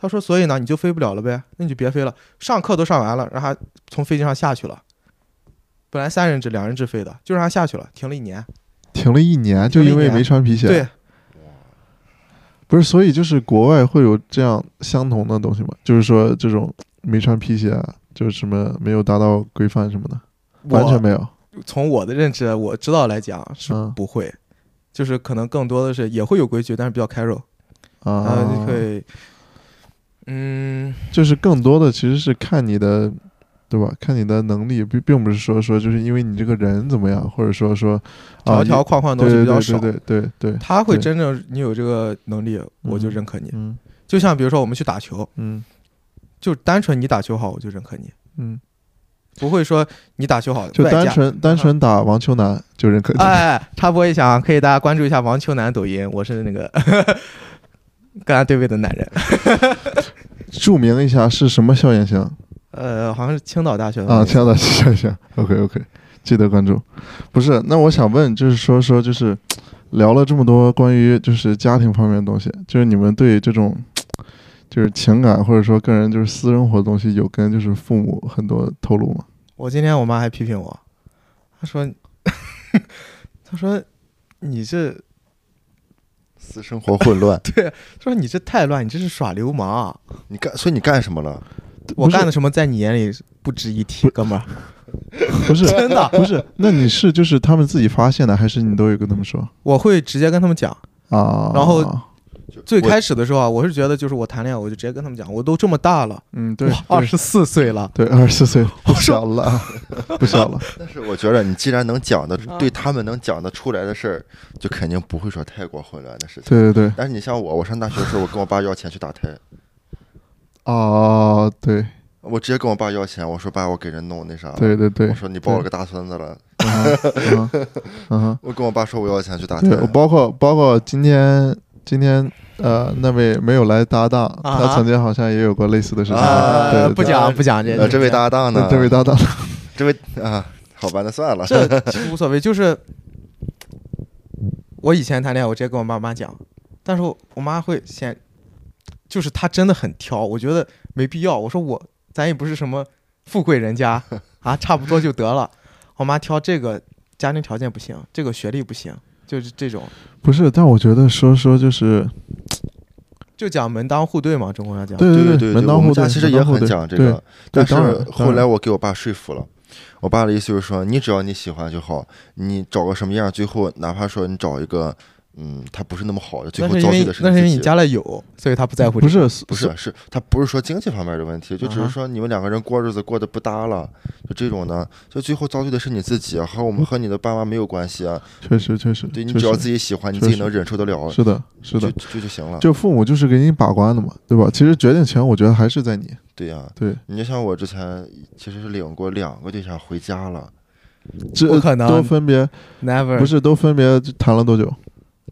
S1: 他说：“所以呢，你就飞不了了呗，那你就别飞了。上课都上完了，让他从飞机上下去了。本来三人制、两人制飞的，就让他下去了，停了一年。
S2: 停了一年，就
S1: 停了一
S2: 因为
S1: 年
S2: 没穿皮鞋，
S1: 对，
S2: 不是，所以就是国外会有这样相同的东西吗？就是说这种没穿皮鞋啊，就是什么没有达到规范什么的，完全
S1: 我
S2: 没有。
S1: 从我的认知，我知道来讲是
S2: 嗯
S1: 不会，就是可能更多的是也会有规矩，但是比较 casual，
S2: 啊
S1: 呃，，会，嗯，
S2: 就是更多的其实是看你的，对吧？看你的能力，并并不是说说就是因为你这个人怎么样，或者说说啊
S1: 条条框框的
S2: 对
S1: 东西
S2: 对
S1: 比较
S2: 对
S1: 少
S2: 对。对对对，
S1: 他会
S2: 对
S1: 真正你有这个能力，我就认可你。
S2: 嗯
S1: 就像比如说我们去打球，
S2: 嗯
S1: 就单纯你打球好，我就认可你，
S2: 嗯，
S1: 不会说你打球好
S2: 就
S1: 外
S2: 单
S1: 加。
S2: 纯单纯打王秋楠就认可你。
S1: 哎，插播一下啊，可以大家关注一下王秋楠抖音，我是那个 跟他对位的男人，
S2: 注明一下是什么校园型
S1: 呃，好像是青岛大学的那
S2: 啊？
S1: 个
S2: 亲爱的校园型，OK OK，记得关注。不是，那我想问，就是说说就是聊了这么多关于就是家庭方面的东西，就是你们对这种就是情感或者说个人就是私生活的东西，有跟就是父母很多透露吗？
S1: 我今天我妈还批评我，她说， 她说你这，
S3: 私生活混乱，
S1: 她说你这太乱，你这是耍流氓啊、
S3: 你干，所以你干什么了？
S1: 我干的什么在你眼里不值一提，哥们儿，
S2: 不 是
S1: 真的，
S2: 不是，那你是就是他们自己发现的，还是你都有跟他们说
S1: 我会直接跟他们讲。
S2: 啊？
S1: 然后
S3: 就
S1: 最
S3: 我
S1: 开始的时候啊，我是觉得就是我谈恋爱，我就直接跟他们讲，我都这么大了，
S2: 嗯，对
S1: 我，二十四岁了，
S2: 对二十岁不小了啊，不小了，
S3: 但是我觉得你既然能讲的
S1: 啊，
S3: 对他们能讲得出来的事儿，就肯定不会说太过混乱的事情。
S2: 对对对。
S3: 但是你像我，我上大学的时候，我跟我爸要钱去打胎，
S2: 哦，对
S3: 我直接跟我爸要钱，我说爸，我给人弄那啥了，
S2: 对对对
S3: 我，说你抱了个大孙子了，
S2: 嗯哼嗯哼嗯哼，
S3: 我跟我爸说我要钱去打胎
S2: 对，，我包括包括今天今天呃那位没有来搭档，
S1: 啊
S2: 他曾经好像也有过类似的事情，
S3: 啊
S2: 对
S1: 呃，
S2: 对
S1: 不
S2: 对，
S1: 讲不讲这
S3: 呃，这位搭档呢
S2: 那？这位搭档，
S3: 这位啊，好吧，那算了。
S1: 这其实无所谓，就是我以前谈恋爱，我直接跟我爸妈讲，但是我我妈会嫌，就是她真的很挑，我觉得没必要。我说我咱也不是什么富贵人家啊，差不多就得了。我妈挑这个家庭条件不行，这个学历不行，就是这种。
S2: 不是，但我觉得说说就是。
S1: 就讲门当户对嘛，中国要讲。
S2: 对
S3: 啊对
S2: 对，
S3: 对，
S2: 门
S3: 我
S2: 当户
S3: 们
S2: 对，
S3: 家其实
S2: 门
S3: 也
S2: 当户
S3: 很
S2: 对
S3: 讲这
S2: 对
S3: 个，但是
S2: 当然当
S3: 后来
S2: 然
S3: 我给我爸说服了。我爸的意思就是说，你只要你喜欢就好，你找个什么样，最后哪怕说你找一个，嗯，他不是那么好的，最
S1: 那是
S3: 后
S1: 因
S3: 遭罪
S1: 为
S3: 的是
S1: 那
S3: 你
S1: 是因
S3: 自
S1: 为
S3: 己
S1: 你。家了有，所以他不在乎这
S2: 不
S1: 个。
S2: 是嗯
S3: 不是，是他不是说经济方面的问题，就只
S1: 啊
S3: 是
S1: 哈
S3: 说你们两个人过日子过得不搭了，就这种呢，就最后遭罪的是你自己，和我们和你的爸妈没有关系啊。
S2: 确实确实，
S3: 对你
S2: 嗯确
S3: 只要
S2: 实
S3: 自己喜欢，你
S2: 确
S3: 自己
S2: 实
S3: 能忍受得了，
S2: 是的，是的
S3: 就，就就行了。
S2: 就父母就是给你把关的嘛，对吧？其实决定权，我觉得还是在你。
S3: 对呀、
S2: 对，
S3: 你就像我之前其实是领过两个对象回家了，
S2: 这
S1: 不可能
S2: 都呃分别
S1: Never
S2: 不是都分别谈了多久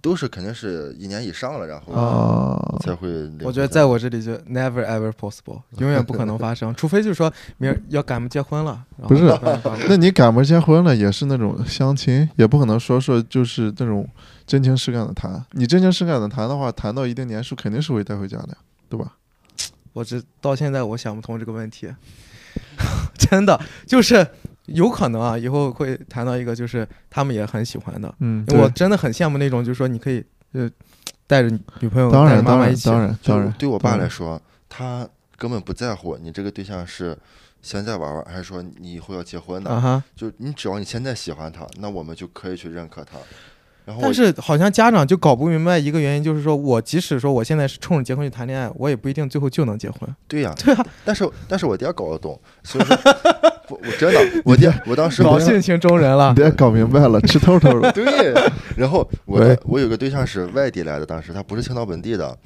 S3: 都是肯定是一年以上了，然后
S2: 啊？
S3: 才会领回家。
S1: 我觉得在我这里就 never ever possible，永远不可能发生，除非就是说明儿要赶结婚了，然后
S2: 不是
S1: 没办法
S2: 那你赶不上结婚了，也是那种相亲，也不可能说说就是那种真情实感的谈。你真情实感的谈的话，谈到一定年数，肯定是会带回家的呀，对吧？
S1: 我这到现在我想不通这个问题， 真的就是有可能啊，以后会谈到一个就是他们也很喜欢的，
S2: 嗯，
S1: 我
S2: 对
S1: 真的很羡慕那种就是说你可以呃带着女朋友
S2: 当
S1: 带着
S2: 然
S1: 妈
S2: 当
S1: 妈一
S2: 然
S1: 起，
S2: 当然
S3: 就
S2: 当然，
S3: 对我爸
S2: 当
S3: 来
S2: 然
S3: 说，他根本不在乎你这个对象是现在玩玩，还是说你以后要结婚的。
S1: 啊哈，
S3: 就你只要你现在喜欢他，那我们就可以去认可他。然后我
S1: 但是好像家长就搞不明白一个原因，就是说我即使说我现在是冲着结婚去谈恋爱，我也不一定最后就能结婚，
S3: 对呀、
S1: 对啊，
S3: 但是但是我爹搞得懂，所以说， 我我真的我爹我当时
S1: 搞
S3: 我。
S1: 性情中人了
S2: 你，别搞明白了，吃透透了
S3: 对，然后我
S2: 喂
S3: 的我有个对象是外地来的，当时他不是青岛本地的，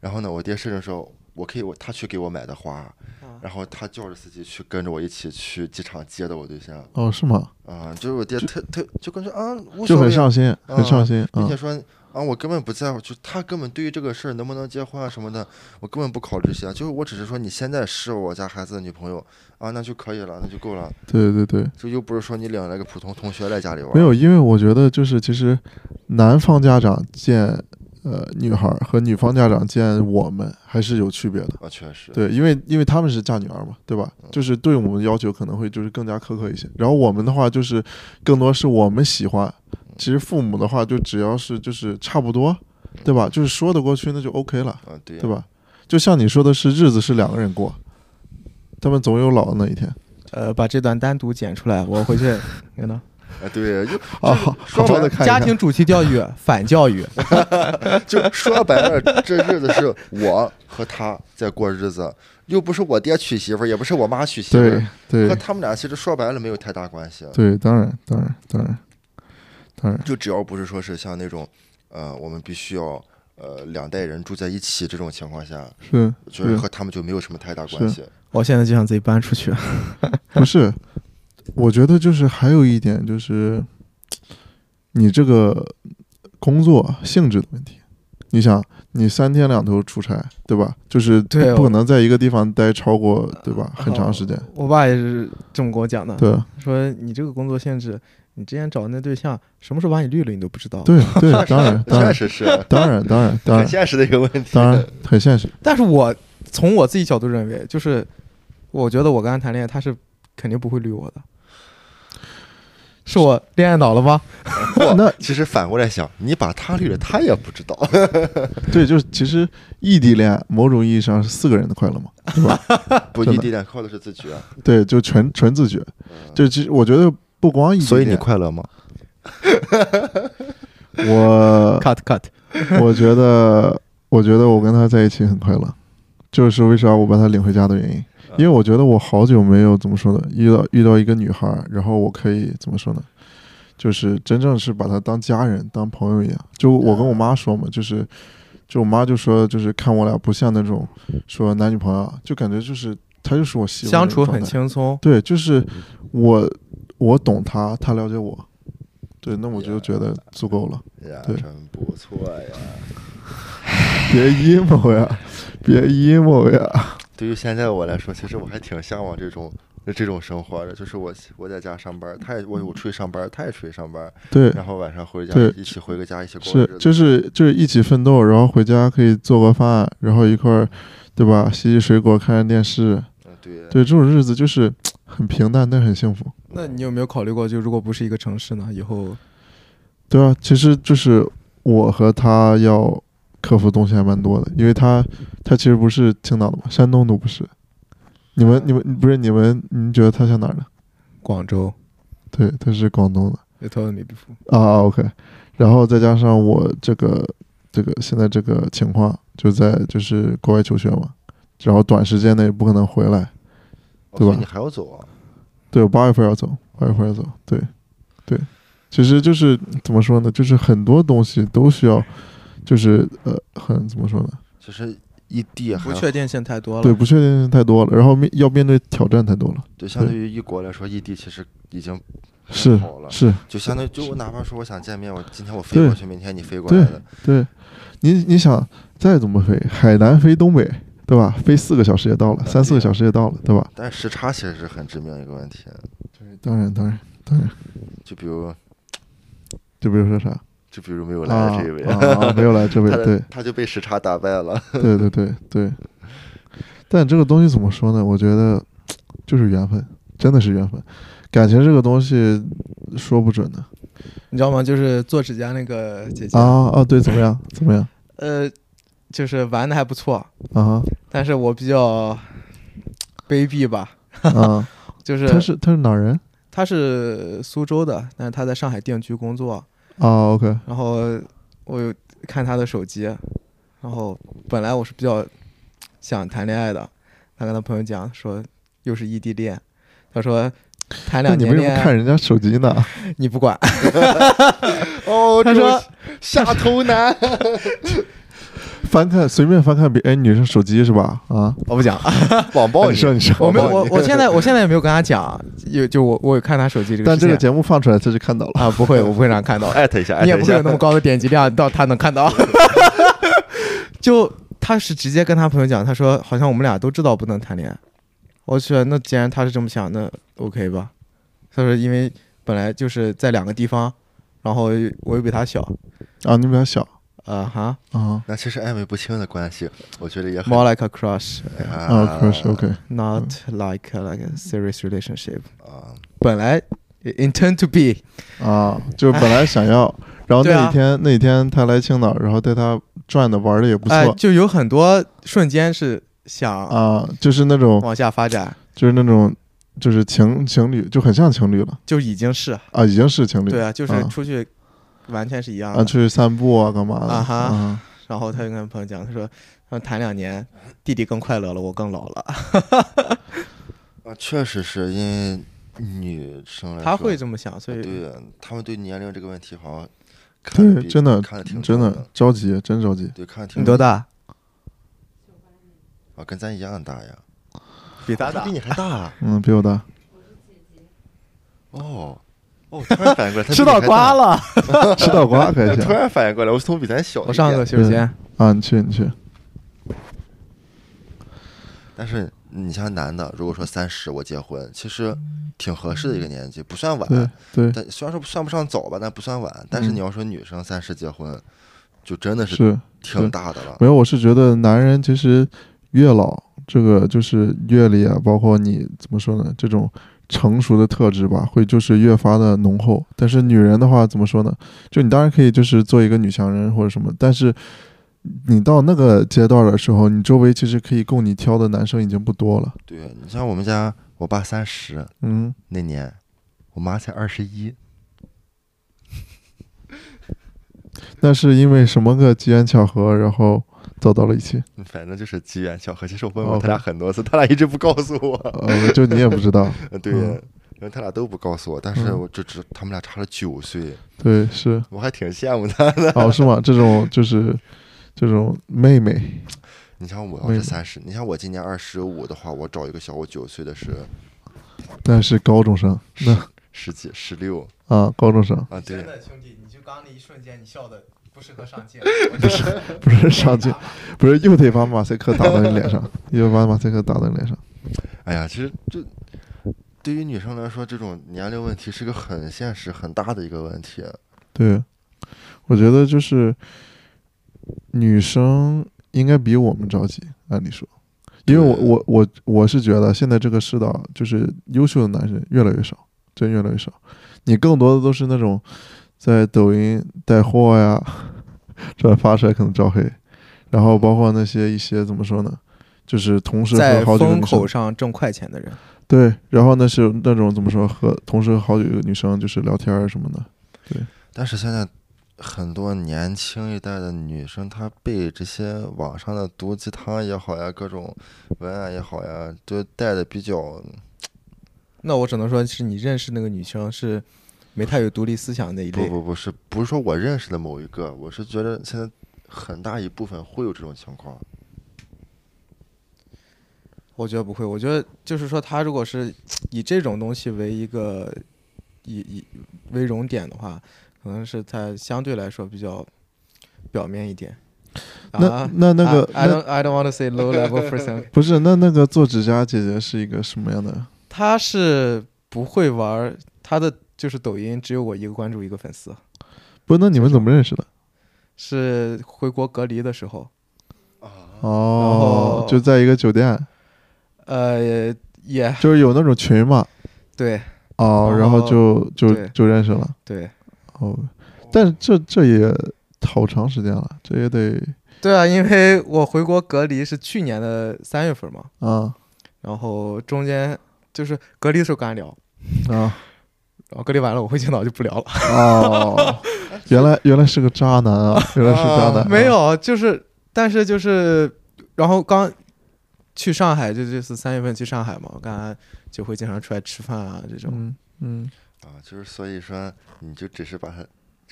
S3: 然后呢，我爹甚至说我可以我他去给我买的花，然后他叫着司机去跟着我一起去机场接的我对象，
S2: 哦，是吗？
S3: 啊、就是我爹特特就感觉啊无
S2: 就
S3: 所
S2: 很
S3: 谓啊，
S2: 上心，很上心
S3: 并
S2: 啊
S3: 且。说啊我根本不在乎，就他根本对于这个事儿能不能结婚啊什么的，我根本不考虑这些，就是我只是说你现在是我家孩子的女朋友啊，那就可以了，那就够了，
S2: 对对对，
S3: 就又不是说你领了个普通同学来家里玩，
S2: 没有，因为我觉得就是其实男方家长见呃女孩儿和女方家长见我们还是有区别的。
S3: 啊，确实，
S2: 对，因为因为他们是嫁女儿嘛，对吧？
S3: 嗯
S2: 就是对我们要求可能会就是更加苛刻一些。然后我们的话就是更多是我们喜欢，
S3: 嗯
S2: 其实父母的话就只要是就是差不多，对吧？就是说得过去那就 OK 了，
S3: 啊对呀
S2: 对吧？就像你说的是日子是两个人过，他们总有老的那一天。
S1: 呃，把这段单独剪出来，我回 去，你呢？
S3: 啊 对，就
S2: 啊，好
S3: 说
S2: 好好
S3: 白
S2: 的
S3: 了
S2: 看一看。
S1: 家庭主题教 育、反教育，
S3: 就说白了，这日子是我和他在过日子，又不是我爹娶媳妇儿，也不是我妈娶媳妇
S2: 对
S3: 儿，和
S2: 对
S3: 他们俩其实说白了没有太大关系。
S2: 对，当然当然当然当然，
S3: 就只要不是说是像那种，呃，我们必须要呃两代人住在一起这种情况下，
S2: 是
S3: 就是
S2: 是
S3: 和他们就没有什么太大关系。
S1: 我现在就想自己搬出去。
S2: 不是？我觉得就是还有一点就是，你这个工作性质的问题。你想，你三天两头出差，对吧？就是
S1: 对我
S2: 不可能在一个地方待超过，
S3: 呃
S2: 对吧？很长时间。
S1: 我爸也是这么跟我讲的，
S2: 对
S1: 说你这个工作性质，你之前找的那对象什么时候把你绿了，你都不知道。
S2: 对对，当然当
S3: 确
S2: 然
S3: 实是
S2: 当然当然当
S3: 很
S2: 然
S3: 现实的一个问题。
S2: 当然很现实。
S1: 但是我从我自己角度认为，就是我觉得我跟他谈恋爱，他是肯定不会绿我的。是我恋爱脑了吗？
S3: 不
S2: 那
S3: 其实反过来想，你把他绿了，他也不知道。
S2: 对，就是其实异地恋某种意义上是四个人的快乐嘛，对 吧？
S3: 不，
S2: 真
S3: 异
S2: 的
S3: 地恋靠的是自觉，啊
S2: 对，就纯纯自觉。就其实我觉得不光异地
S3: 嗯所以你
S2: 恋，
S3: 快乐吗？
S2: 我
S1: cut cut，
S2: 我觉得我觉得我跟他在一起很快乐，就是为啥我把他领回家的原因。因为我觉得我好久没有怎么说呢，遇到遇到一个女孩儿，然后我可以怎么说呢，就是真正是把她当家人、当朋友一样。就我跟我妈说嘛，就是，就我妈就说，就是看我俩不像那种说男女朋友啊，就感觉就是她就是我媳妇
S1: 相
S2: 那种
S1: 处
S2: 状
S1: 很
S2: 态
S1: 轻松，
S2: 对，就是我我懂他，他了解我，对，那我就觉得足够了。
S3: 呀，
S2: 对
S3: 真不错呀。
S2: 别 emo 呀，别 emo 呀，
S3: 对于现在我来说，其实我还挺向往这种这种生活的，就是我我在家上班，他也我我出去上班，他也出去上班，
S2: 对，
S3: 然后晚上回家
S2: 对
S3: 一起回个家，一起过
S2: 是
S3: 日子。
S2: 就是就是一起奋斗，然后回家可以做个饭，然后一块儿，对吧？洗洗水果，看看电视，
S3: 嗯，对，
S2: 对，这种日子就是很平淡，但很幸福。
S1: 那你有没有考虑过，就如果不是一个城市呢？以后
S2: 对啊，其实就是我和他要克服东西还蛮多的，因为它它其实不是青岛的嘛，山东都不是。你们你们不是你们，你们觉得它像哪儿的？
S1: 广州
S2: 对，它是广东的。
S1: 也投了美比夫，
S2: 啊，OK，然后再加上我这个这个现在这个情况，就在就是国外求学嘛，然后短时间内不可能回来，
S3: 哦
S2: 对吧
S3: 所以你还要走啊？
S2: 对我八月份要走，八月份要走，对对，其实就是怎么说呢，就是很多东西都需要，就是呃，很怎么说呢，
S3: 就是异地还
S1: 不确定性太多了。
S2: 对，不确定性太多了，然后面要面对挑战太多了，
S3: 对，相对于异国来说，异地其实已经很
S2: 是
S3: 好了，
S2: 是，
S3: 就相当于就我哪怕说我想见面，我今天我
S2: 对
S3: 飞过去，明天你飞过来的，
S2: 对，你你想再怎么飞，海南飞东北，对吧？飞四个小时也到了，三四个小时也到了，对吧？
S3: 但是时差其实是很致命的一个问题。
S2: 当然当然当然，
S3: 就比如，
S2: 就比如说啥？
S3: 就比如没有来的这一位，
S2: 啊啊啊没有来这位
S3: 他，的
S2: 对
S3: 他就被时差打败了。
S2: 对对对对。但这个东西怎么说呢？我觉得就是缘分，真的是缘分。感情这个东西说不准的
S1: 你知道吗？就是做指甲那个姐姐，
S2: 啊啊！对，怎么样？怎么样？
S1: 呃，就是玩的还不错，
S2: 啊
S1: 但是我比较卑鄙吧，
S2: 哈啊！
S1: 就是
S2: 他是他是哪儿人？
S1: 他是苏州的，但是他在上海定居工作，
S2: 啊，OK，
S1: 然后我有看他的手机，然后本来我是比较想谈恋爱的，他跟他朋友讲说又是异地恋，他说谈
S2: 那
S1: 两
S2: 你
S1: 年
S2: 为什么
S1: 恋
S2: 看
S1: 爱
S2: 人家手机呢？
S1: 你不管，
S3: 哦，
S1: 他
S3: 这种
S1: 说
S3: 下头男，
S2: 翻看随便翻看别哎女生手机是吧？啊，哎
S1: 我不讲，
S3: 网暴
S2: 你说你说，
S1: 我没有
S3: 网暴
S1: 我
S3: 你
S1: 我现在我现在也没有跟他讲，有就我我有看他手机这个
S2: 但
S1: 事
S2: 这
S1: 情，
S2: 个节目放出来他就看到了。
S1: 啊不会我不会让他看到，
S3: 艾特一下，艾
S2: 哎
S1: 你也
S3: 特
S1: 不
S3: 一
S1: 会有
S3: 下
S1: 那。么高的点击量到他能看到， 就他是直接跟他朋友讲，他说好像我们俩都知道不能谈恋爱，我去，那既然他是这么想，那 OK 吧？他说因为本来就是在两个地方，然后我又比他小，
S2: 啊，你比他小
S1: 啊哈
S2: 啊
S3: 那其实暧昧不清的关系，我觉得也很
S1: ，more like a crush,
S2: 啊，crush OK，
S1: not like a- like a serious relationship。
S3: 啊，
S1: 本来 intend to be，
S2: 啊，就是本来想 要，然后
S1: 对
S2: 那
S1: 啊
S2: 几天、那几天他来青岛，然后带他转的玩的也不错、
S1: 哎、就有很多瞬间是想
S2: 啊，就是那种
S1: 往下发展，
S2: 就是那种就是情情侣就很像情侣了
S1: 就已经是。
S2: 啊，已经是情侣
S1: 对啊，就是
S2: 啊
S1: 出去完全是一样的。
S2: 啊，出去散步啊，干嘛的
S1: 啊哈
S2: 啊
S1: 然后他就跟朋友讲，他说，他谈两年，弟弟更快乐了，我更老了。
S3: 哎啊，确实是因为女生 来
S1: 他
S3: 说
S1: 会这么想，所以
S3: 啊对他们对年龄这个问题好像看得
S2: 对，
S3: 比
S2: 真的
S3: 看得挺
S2: 真
S3: 重
S2: 的着急，真着急
S3: 对，看得挺
S1: 你多大？
S3: 啊？跟咱一样大呀，
S1: 比他
S3: 他
S1: 大
S3: 比。你还大啊
S2: 嗯，比我大，
S3: 哦哦，突然反应过来，他比
S1: 吃
S3: 你
S1: 到
S3: 还
S1: 瓜
S3: 大，
S1: 了！
S2: 吃到瓜还
S3: 突
S2: 行
S3: 然反应过来，我是从比咱小一点。
S1: 我上个洗手间，
S2: 啊，你去你去
S3: 但是你像男的，如果说三十我结婚，其实挺合适的一个年纪，不算
S2: 对
S3: 晚。
S2: 对
S3: 但虽然说算不上早吧，但不算晚。但是
S2: 嗯
S3: 你要说女生三十结婚，就真的是
S2: 是
S3: 挺大的了。
S2: 没有，我是觉得男人其实越老，这个就是阅历啊，包括你怎么说呢，这种成熟的特质吧，会就是越发的浓厚。但是女人的话，怎么说呢？就你当然可以就是做一个女强人或者什么，但是你到那个阶段的时候，你周围其实可以供你挑的男生已经不多了。
S3: 对你像我们家，我爸三十
S2: 嗯，
S3: 那年，我妈才二十一。
S2: 那是因为什么个机缘巧合，然后走到了一起。
S3: 反正就是机缘巧合。其实我问过
S2: OK
S3: 他俩很多次，他俩一直不告诉我。
S2: 呃，就你也不知道，
S3: 对，
S2: 嗯
S3: 因为他俩都不告诉我，但是
S2: 嗯
S3: 我就只他们俩差了九岁，
S2: 对，是
S3: 我还挺羡慕他 的。
S2: 哦，是吗？这种就是这种妹妹。
S3: 你像我要
S2: 为
S3: 是
S2: 什
S3: 三十，你像我今年二十五的话，我找一个小我九岁的是
S2: 那是高中生，那
S3: 十几、十六
S2: 啊，高中生
S3: 啊，对，
S1: 的，兄弟，你就刚那一瞬间，你笑的不适合上镜。
S2: 不是上去，不是又得把马赛克打到你脸上，又把马赛克打到你脸上。
S3: 哎呀，其实这对于女生来说，这种年龄问题是个很现实、很大的一个问题。
S2: 对，我觉得就是女生应该比我们着急，按理说，因为我
S3: 对
S2: 我我我是觉得现在这个世道就是优秀的男生越来越少，真越来越少，你更多的都是那 种在抖音带货呀，转发出来可能招黑，然后包括那些一些怎么说呢，就是同时
S1: 在
S2: 和好几个
S1: 风
S2: 女生
S1: 口上挣快钱的人，
S2: 对，然后呢是那种怎么说和同时和好几个女生就是聊天儿什么的，
S3: 但是现在很多年轻一代的女生，她被这些网上的毒鸡汤也好呀，各种文案也好呀，就带的比较
S1: 那我只能说是你认识那个女生是没太有独立思想那一
S3: 不
S1: 类。
S3: 不不是不是说我认识的某一个，我是觉得现在很大一部分会有这种情况。
S1: 我觉得不会，我觉得就是说，他如果是以这种东西为一个以以为容点的话，可能是他相对来说比较表面一点。
S2: 那
S1: 啊
S2: 那那个
S1: ，I I
S2: 那
S1: don't I don't want to say low level person，
S2: 不是那那个做指甲姐姐是一个什么样的？
S1: 他是不会玩儿，他的就是抖音只有我一个关注一个粉丝，
S2: 不，那你们怎么认识的？
S1: 是回国隔离的时候，然
S2: 哦
S1: 后，
S2: 就在一个酒店，
S1: 呃，也
S2: 就是有那种群嘛，
S1: 对
S2: 哦，然后就就
S1: 对
S2: 就认识了，
S1: 对
S2: 哦，但是这这也好长时间了，这也得
S1: 对啊，因为我回国隔离是去年的三月份嘛，
S2: 啊
S1: 然后中间就是隔离的时候干聊，
S2: 啊
S1: 然后隔离完 了我回青岛就不聊了。
S2: 哦，原来原来是个渣男啊，原来是渣男，
S1: 没， 有，就是但是就是，然后刚去上海，就这次三月份去上海嘛，我刚就会经常出来吃饭啊这种。
S2: 嗯嗯，
S3: 啊，就是所以说，你就只是把它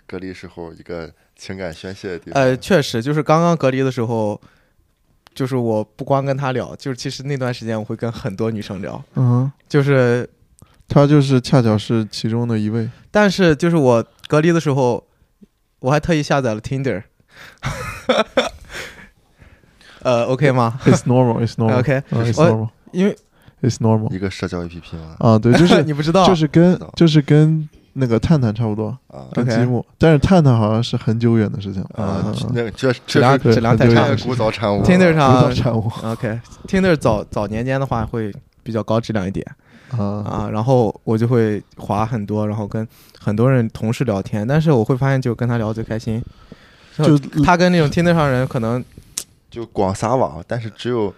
S3: 隔离时候一个情感宣泄的地方。
S1: 呃，确实就是刚刚隔离的时候。就是我不光跟他聊，就是其实那段时间我会跟很多女生聊，
S2: 嗯，
S1: 就是
S2: 他就是恰巧是其中的一位，
S1: 但是就是我隔离的时候，我还特意下载了 Tinder，呃，OK 吗？
S2: It's normal, it's normal.
S1: OK，
S2: 啊 it's
S1: 我
S2: normal,
S1: 因为
S2: it's normal.
S3: 一个社交 APP 嘛，
S2: 啊，对，就 是
S1: 你不知道，
S2: 就是
S3: 知
S2: 跟
S3: 道
S2: 就是跟那个探探差不多，
S3: 啊
S2: 跟
S1: OK
S2: 积木，但是探探好像是很久远的事情了
S3: 啊
S2: 啊，
S3: 那个这
S1: 质
S3: 这
S1: 量
S3: 是
S2: 对
S1: 质量太
S2: 很久
S1: 差
S3: 太
S1: 了
S2: 远。
S3: 古早产物了。啊
S1: Tinder 上
S2: 不到产物
S1: 啊 OK，Tinder 早早年间的话会比较高质量一点
S2: 啊，
S1: 啊，然后我就会划很多，然后跟很多人同事聊天，但是我会发现就跟他聊最开心，
S2: 就
S1: 他跟那种 Tinder 上人可
S2: 嗯
S1: 能
S3: 就广撒网，但是只有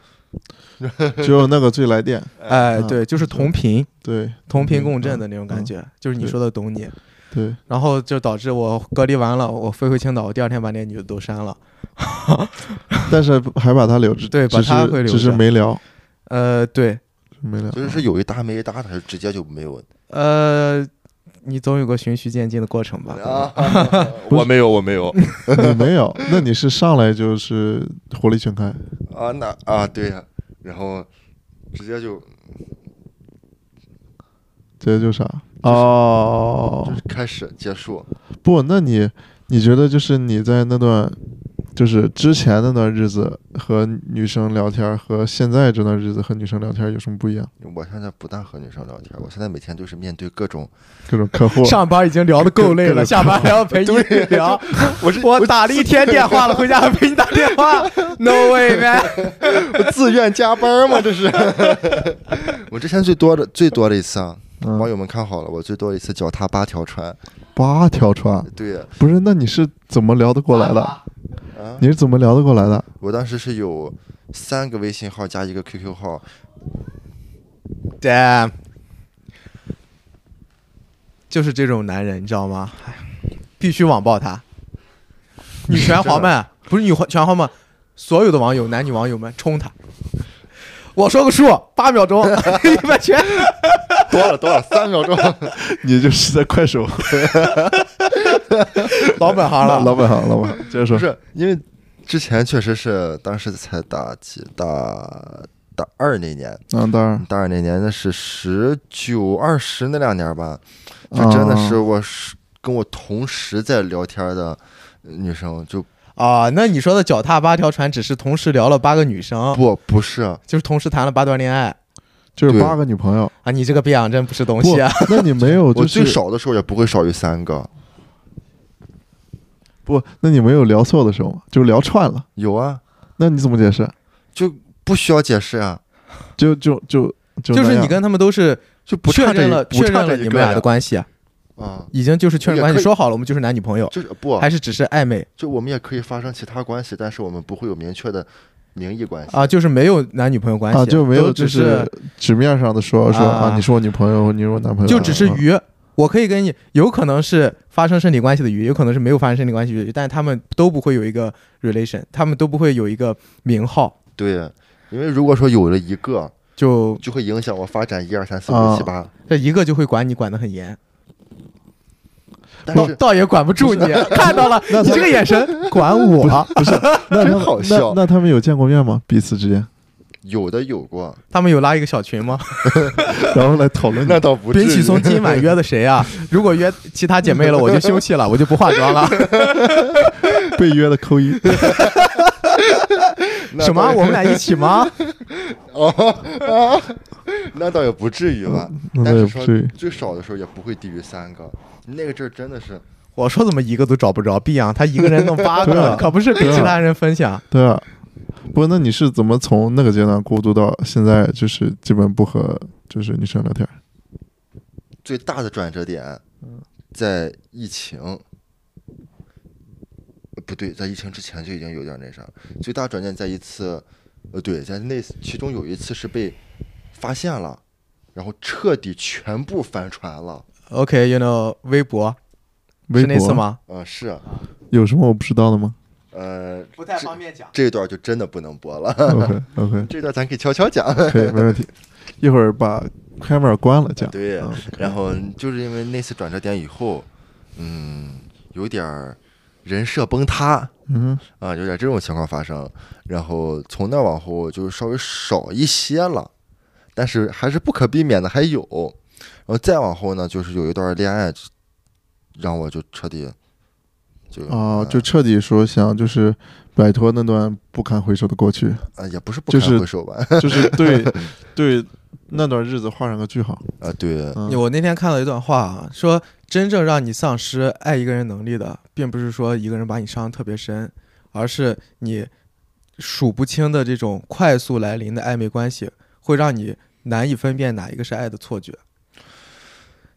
S2: 只有那个最来电，
S1: 哎、
S2: 啊
S1: 对，就是同频
S2: 对
S1: 同频共
S2: 嗯
S1: 振的那种感
S2: 嗯
S1: 觉，就是你
S2: 对
S1: 说的懂你。
S2: 对，
S1: 然后就导致我隔离完了，我飞回青岛，我第二天把那女的都删了。
S2: 但是还把他留着，
S1: 对
S2: 只
S1: 把他会
S2: 是
S1: 留
S2: 只是
S1: 着
S2: 没聊，
S1: 呃，对，
S2: 没聊，
S3: 就是是有一搭没一搭的，还是直接就没有
S1: 呃，你总有个循序渐进的过程吧？
S3: 啊？我没有，我没有
S2: 你没有，那你是上来就是火力全开，
S3: 啊，那啊对呀，然后直接就
S2: 直接就啥哦
S3: 就，是开始结束，
S2: 不，那你你觉得就是你在那段，就是之前那段日子和女生聊天儿，和现在这段日子和女生聊天儿有什么不一样？
S3: 我现在不但和女生聊天，我现在每天都是面对各种，
S2: 各种客户
S1: 上班已经聊得够累了，下班还要陪你聊。
S3: 我是
S1: 我打了一天电话了，回家还陪你打电 话，No way man！
S3: 自愿加班吗？这是。我之前最多的最多的一次啊，
S2: 嗯
S3: 网友们看好了，我最多一次脚踏八条船。
S2: 八条船，
S3: 对啊，
S2: 不是？那你是怎么聊得过来的？你是怎么聊得过来的？
S3: 我当时是有三个微信号加一个 QQ 号，
S1: ，Damn，就是这种男人，你知道吗？唉必须网暴他，女权黄 们不是女权黄们，所有的网友，男女网友们冲他。我说个数，八秒 钟，一百全。
S3: 多了多了，三秒钟。
S2: 你就是在快手
S1: 老本行
S2: 老
S1: 了，
S2: 老板好，老板好， 接着
S3: 不
S2: 说。
S3: 是因为之前确实是当时才大几大大二那年，
S2: 嗯，当然，
S3: 大二那年那是十九二十那两年吧，就真的是
S1: 哦
S2: 啊
S3: 我是跟我同时在聊天的女生，就
S1: 啊！那你说的脚踏八条船，只是同时聊了八个女生，
S3: 不不是
S1: 就是同时谈了八段恋爱
S2: 就是
S3: 对
S2: 八个女朋友。
S1: 啊！你这个逼养真不是东
S2: 不
S1: 西啊！，
S2: 那你没有
S3: 我
S2: 就
S3: 最
S2: 是
S3: 少的时候也不会少于三个。
S2: 不？那你没有聊错的时候吗？就是聊串了，
S3: 有啊，
S2: 那你怎么解释？
S3: 就不需要解释啊，
S2: 就就就就
S1: 就是
S2: 那
S1: 你
S2: 样
S1: 跟他们都是
S3: 就不
S1: 确
S3: 差这
S1: 认
S3: 一
S1: 了
S3: 不
S1: 确
S3: 差
S1: 认
S3: 这
S1: 了
S3: 一
S1: 你
S3: 个
S1: 们俩
S3: 呀
S1: 的关系啊！
S3: 啊，
S1: 已经就是确认
S3: 也
S1: 关系
S3: 可以
S1: 说好了，我们就是男女朋友，
S3: 就是不
S1: 还是只是暧昧
S3: 就我们也可以发生其他关系，但是我们不会有明确的名义关系。
S1: 啊？就是没有男女朋友关系
S2: 啊，就没有
S1: 都
S2: 就
S1: 只
S2: 是纸面上的说说
S1: 啊
S2: 啊，你是我女朋友，你是我男朋友，
S1: 就只是
S3: 嗯
S2: 啊
S1: 鱼，我可以跟你，有可能是发生身体关系的鱼，有可能是没有发生身体关系的鱼，但是他们都不会有一个 relation，他们都不会有一个名号，
S3: 对，啊因为如果说有了一个，
S1: 就
S3: 就会影响我发展一二三四
S2: 啊
S3: 五七八。
S1: 这一个就会管你管得很严，
S3: 但
S1: 倒
S3: 是
S1: 倒也管不住你，啊看到了
S2: 那
S1: 你
S2: 他
S1: 这个眼神，管
S2: 不是
S1: 我，
S2: 不是，那
S3: 真
S2: 他们
S3: 好笑
S2: 那那他们有见过面吗？彼此之间，
S3: 有的有过，
S1: 他们有拉一个小群吗？
S2: 然后来讨
S1: 嗯
S2: 论你
S3: 那倒不至
S1: 冰
S3: 于
S1: 启。松今晚约的谁 啊？如果约其他姐妹了，我就休息了，我就不化妆了。
S2: 被约的扣一，
S3: 那 倒
S1: 什么？我们俩一起吗？
S3: 那倒也不至于吧，
S2: 那
S3: 但
S2: 倒也
S3: 是
S2: 不
S3: 说
S2: 至于。
S3: 最少的时候也不会低于三个。那个阵儿真的是，
S1: 我说怎么一个都找不着，毕阳他一个人弄八
S2: 对啊
S1: 个，可不是跟
S2: 对啊
S1: 其他人分享。
S2: 对啊，不，那你是怎么从那个阶段过渡到现在，就是基本不和就是女生聊天？
S3: 最大的转折点
S1: 嗯
S3: 在疫情，呃不对，在疫情之前就已经有点那啥。最大转折点在一次，呃，对，在那次其中有一次是被发现了，然后彻底全部翻船了。
S1: OK，you know，微博
S2: 微
S1: 是那次
S2: 博
S1: 吗？
S3: 嗯、是，
S2: 有什么我不知道 的吗
S3: 呃，
S1: 不太方便讲。
S3: 这段就真的不能播了，
S2: ？OK OK，
S3: 这段咱可以悄悄讲。
S2: 可以，没问题。一会儿把 camera 关了讲。
S3: 对
S2: 嗯，
S3: 然后就是因为那次转折点以后，嗯，有点儿人设崩塌。
S2: 嗯哼，
S3: 啊，有点这种情况发生。然后从那往后就稍微少一些了，但是还是不可避免的还有。然后再往后呢，就是有一段恋爱，让我就彻底就
S2: 哦，就
S3: 呃
S2: 彻底说想就是摆脱那段不堪回首的过去，
S3: 啊也不是不
S2: 就
S3: 堪
S2: 是
S3: 回首吧，
S2: 就是 对对那段日子画上个句号。
S3: 啊对，
S2: 嗯，
S1: 我那天看了一段话啊，说真正让你丧失爱一个人能力的，并不是说一个人把你伤得特别深，而是你数不清的这种快速来临的暧昧关系，会让你难以分辨哪一个是爱的错觉。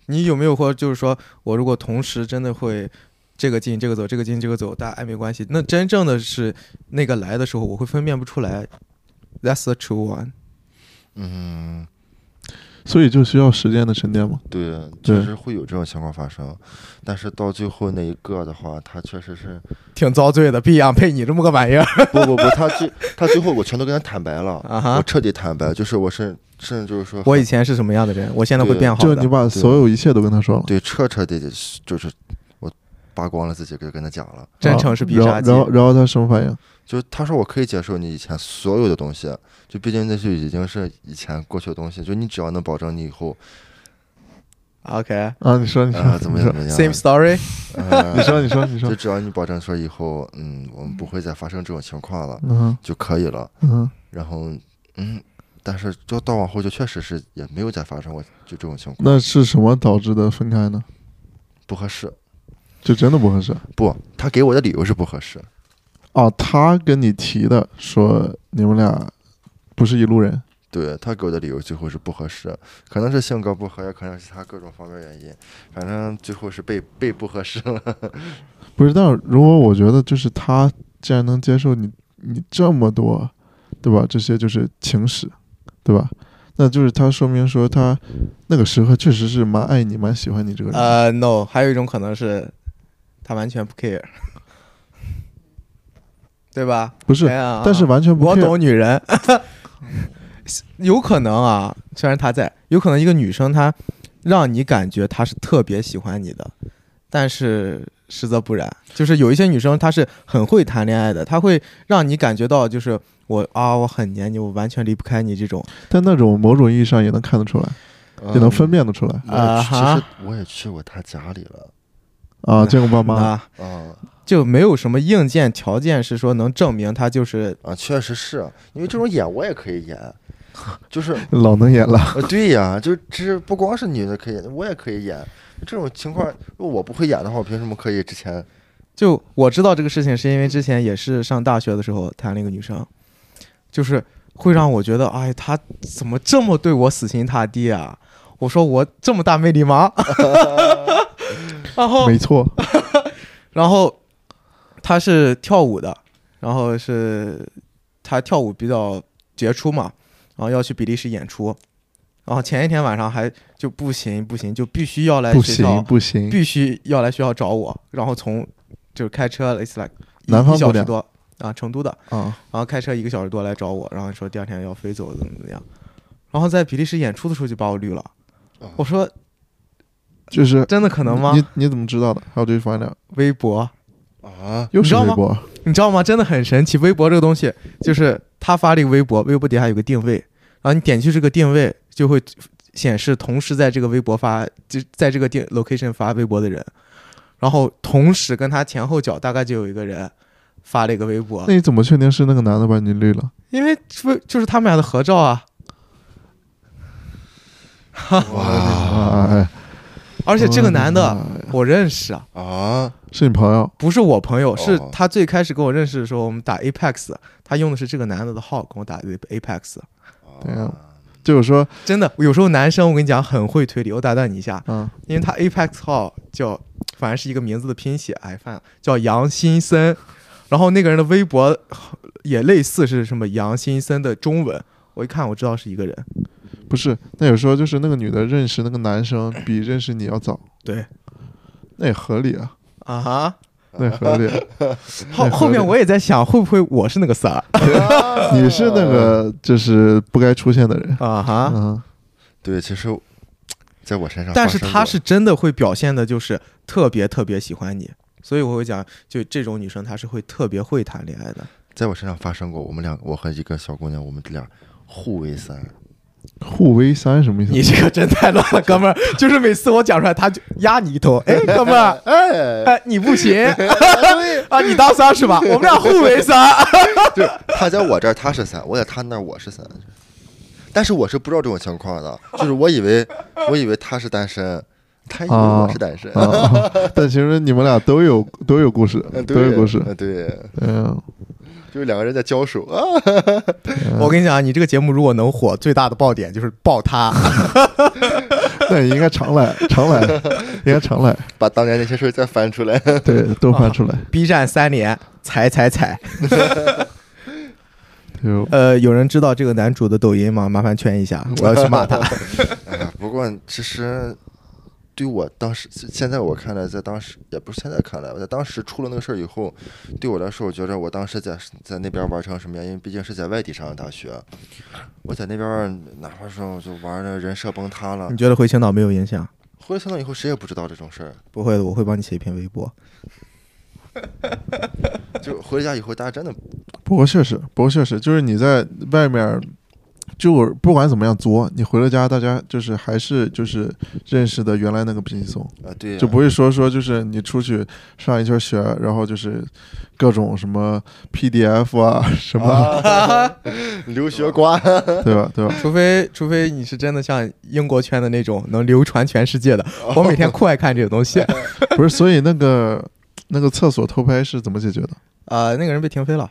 S1: 你有没有过，就是说我如果同时真的会这个进这个走，这个进这个走，但暧昧关系，那真正的是那个来的时候，我会分辨不出来。That's the true one。
S3: 嗯
S2: 所以就需要时间的沉淀嘛。
S3: 对，
S2: 对
S3: 确实会有这种情况发生。但是到最后那一个的话，他确实是
S1: 挺遭罪的，必养配你这么个玩意儿
S3: 不不不，他最他最后我全都跟他坦白了，
S1: 啊哈
S3: 我！彻底坦白，就是我甚甚至就是说
S1: 我以前是什么样的人，我现在会
S3: 对
S1: 变好
S2: 就
S1: 的。
S2: 你把所有一切都跟他说了，
S3: 对，彻彻底底是就是我扒光了自己，就跟他讲了，
S1: 真诚是必
S2: 然
S1: 杀
S2: 后
S1: 技
S2: 然。后然后他什么反应？
S3: 就是他说我可以接受你以前所有的东西，就毕竟那就已经是以前过去的东西，就你只要能保证你以后
S1: OK，same
S2: 啊，你说你
S3: 啊、
S2: 说
S3: 怎么样怎么样，
S1: story。
S3: 呃
S2: 你说你说你说
S3: 就
S2: 你说，
S3: 只要你保证说以后嗯我们不会再发生这种情况了
S2: 嗯哼
S3: 就可以了，
S2: 嗯哼。
S3: 然后嗯。但是就到往后就确实是也没有再发生过就这种情况，
S2: 那是什么导致的分开呢？
S3: 不合适。
S2: 就真的不合适
S3: 不，他给我的理由是不合适。
S2: 哦。他跟你提的说你们俩不是一路人，
S3: 对他给我的理由最后是不合适，可能是性格不合，也可能是他各种方面原因，反正最后是被被不合适了。
S2: 不是？但是如果我觉得就是他既然能接受你你这么多，对吧？这些就是情史，对吧？那就是他说明说他那个时候确实是蛮爱你、蛮喜欢你这个人。
S1: 呃、n o 还有一种可能是他完全不 care，对吧？
S2: 不是
S1: 哎，呀
S2: 但是完全不
S1: 我
S2: care。
S1: 懂女人， 有可能啊，虽然他在，有可能一个女生她让你感觉她是特别喜欢你的，但是实则不然。就是有一些女生她是很会谈恋爱的，她会让你感觉到就是我啊，我很黏你，我完全离不开你这种。
S2: 但那种某种意义上也能看得出来， 也
S3: 嗯
S2: 能分辨得出来
S3: 我也去其
S1: 啊
S3: 实我也去过他家里了。
S2: 啊。见过爸妈，
S1: 啊，
S3: 啊
S1: 就没有什么硬件条件是说能证明她就是
S3: 啊，确实是因为这种演我也可以演， 就是
S2: 老能演了。
S3: 呃，对呀，就这不光是女的可以演，我也可以演。这种情况，如果我不会演的话，我凭什么可以之前
S1: 就我知道这个事情，是因为之前也是上大学的时候谈了一个女生，就是会让我觉得，哎，她怎么 这么对我死心塌地啊？我说我这么大魅力吗？然后
S2: 没错，
S1: 然后他是跳舞的，然后是他跳舞比较杰出嘛，然后要去比利时演出，然后前一天晚上还就不行不行，就必须要来
S2: 不
S1: 学
S2: 行
S1: 校，
S2: 不行，
S1: 必须要来学校找我，然后从就是开车 it's like 一
S2: 南方
S1: 一
S2: 姑
S1: 小时
S2: 娘
S1: 多啊，成都的，
S2: 啊，
S1: 然后开车一个小时多来找我，然后说第二天要飞走怎么怎么样，然后在比利时演出的时候就把我绿了
S3: 哦，
S1: 我说
S2: 就是
S1: 真的可能吗？
S2: 你你怎么知道的？还有这方面，
S1: 微博。
S3: 啊，
S2: 又是
S1: 你知道
S2: 微
S1: 吗
S2: 博，
S1: 你知道吗？真的很神奇。微博这个东西，就是他发了一个微博，微博底下有个定位，然后你点去这个定位，就会显示同时在这个微博发，就在这个定 location 发微博的人，然后同时跟他前后脚大概就有一个人发了一个微博
S2: 那，你怎么确定是那个男的把你绿了？
S1: 因为这就是他们俩的合照啊，
S3: 哇
S2: 啊，哎
S1: 而且这个男的
S2: 哎
S1: 我认识啊。
S3: 啊，
S2: 是你朋友，
S1: 不是我朋友，是
S3: 哦
S1: 他最开始跟我认识的时候，我们打 Apex，他用的是这个男的的号跟我打的 Apex。
S2: 对啊就是说，
S1: 真的，有时候男生我跟你讲很会推理，我打断你一下，
S2: 啊，
S1: 因为他 Apex 号叫，反正是一个名字的拼写，哎，反正叫杨新森。然后那个人的微博也类似是什么杨新森的中文，我一看我知道是一个人。
S2: 不是，那有时候就是那个女的认识那个男生比认识你要早，
S1: 对，
S2: 那也合理啊，
S1: 啊哈，
S2: 那也合理。啊
S1: 后后面我也在想，会不会我是那个三儿
S2: 你是那个就是不该出现的人，
S1: 啊哈？
S2: 嗯，
S3: 对，其实在我身上发
S1: 但
S3: 生过，
S1: 是他是真的会表现的，就是特别特别喜欢你，所以我会讲，就这种女生她是会特别会谈恋爱的。
S3: 在我身上发生过，我们两个，我和一个小姑娘，我们俩互为三，
S2: 互为三什么意
S1: 你
S2: 思？
S1: 这个真太乱了，哥 们儿！就是每次我讲出来，他就压你一头。哎，哥们儿，
S3: 哎，
S1: 哎，你 不行啊！你当三是吧？我们俩互为三。
S3: 就是他在我这儿他是三，我在他那儿我是三，但是我是不知道这种情况的，就是我以为 我以为他是单身，他以为我是单身，
S2: 啊， 但其实你们俩都有都有故事
S3: 嗯，
S2: 都有故事。
S3: 嗯对，
S2: 嗯，
S3: 就是两个人在交手啊，
S1: 我跟你讲，你这个节目如果能火，最大的爆点就是爆他。
S2: 那也应该常来，常来，应该常来，
S3: 把当年那些事儿再翻出来。
S2: 对，都翻出来。
S1: B 站三连，踩踩踩。
S2: 就
S1: 呃，有人知道这个男主的抖音吗？麻烦圈一下，我要去骂他。
S3: 哎呀，不过其实对我当时，现在我看来，在当时也不是现在看来，我在当时出了那个事儿以后，对我来说，我觉着我当时在在那边玩成什么样？因为毕竟是在外地上的大学，我在那边哪怕说我就玩的人设崩塌了
S2: 嗯
S1: 你，觉得回青岛没有影响？
S3: 回来香港以后谁也不知道这种事儿，
S1: 不会的，我会帮你写一篇微博。
S3: 就回家以后大家真的
S2: 不过确实，不过确实，就是你在外面，就不管怎么样作，你回了家，大家就是还是就是认识的原来那个比你松，
S3: 啊，对呀、
S2: 就不会说说就是你出去上一圈学，然后就是各种什么 PDF 啊什么，
S3: 留学 瓜，
S2: 对吧？对吧？
S1: 除非除非你是真的像英国圈的那种能流传全世界的，我每天酷爱看这个东 西。
S2: 不是，所以那个那个厕所偷拍是怎么解决的？
S1: 呃，那个人被停飞了。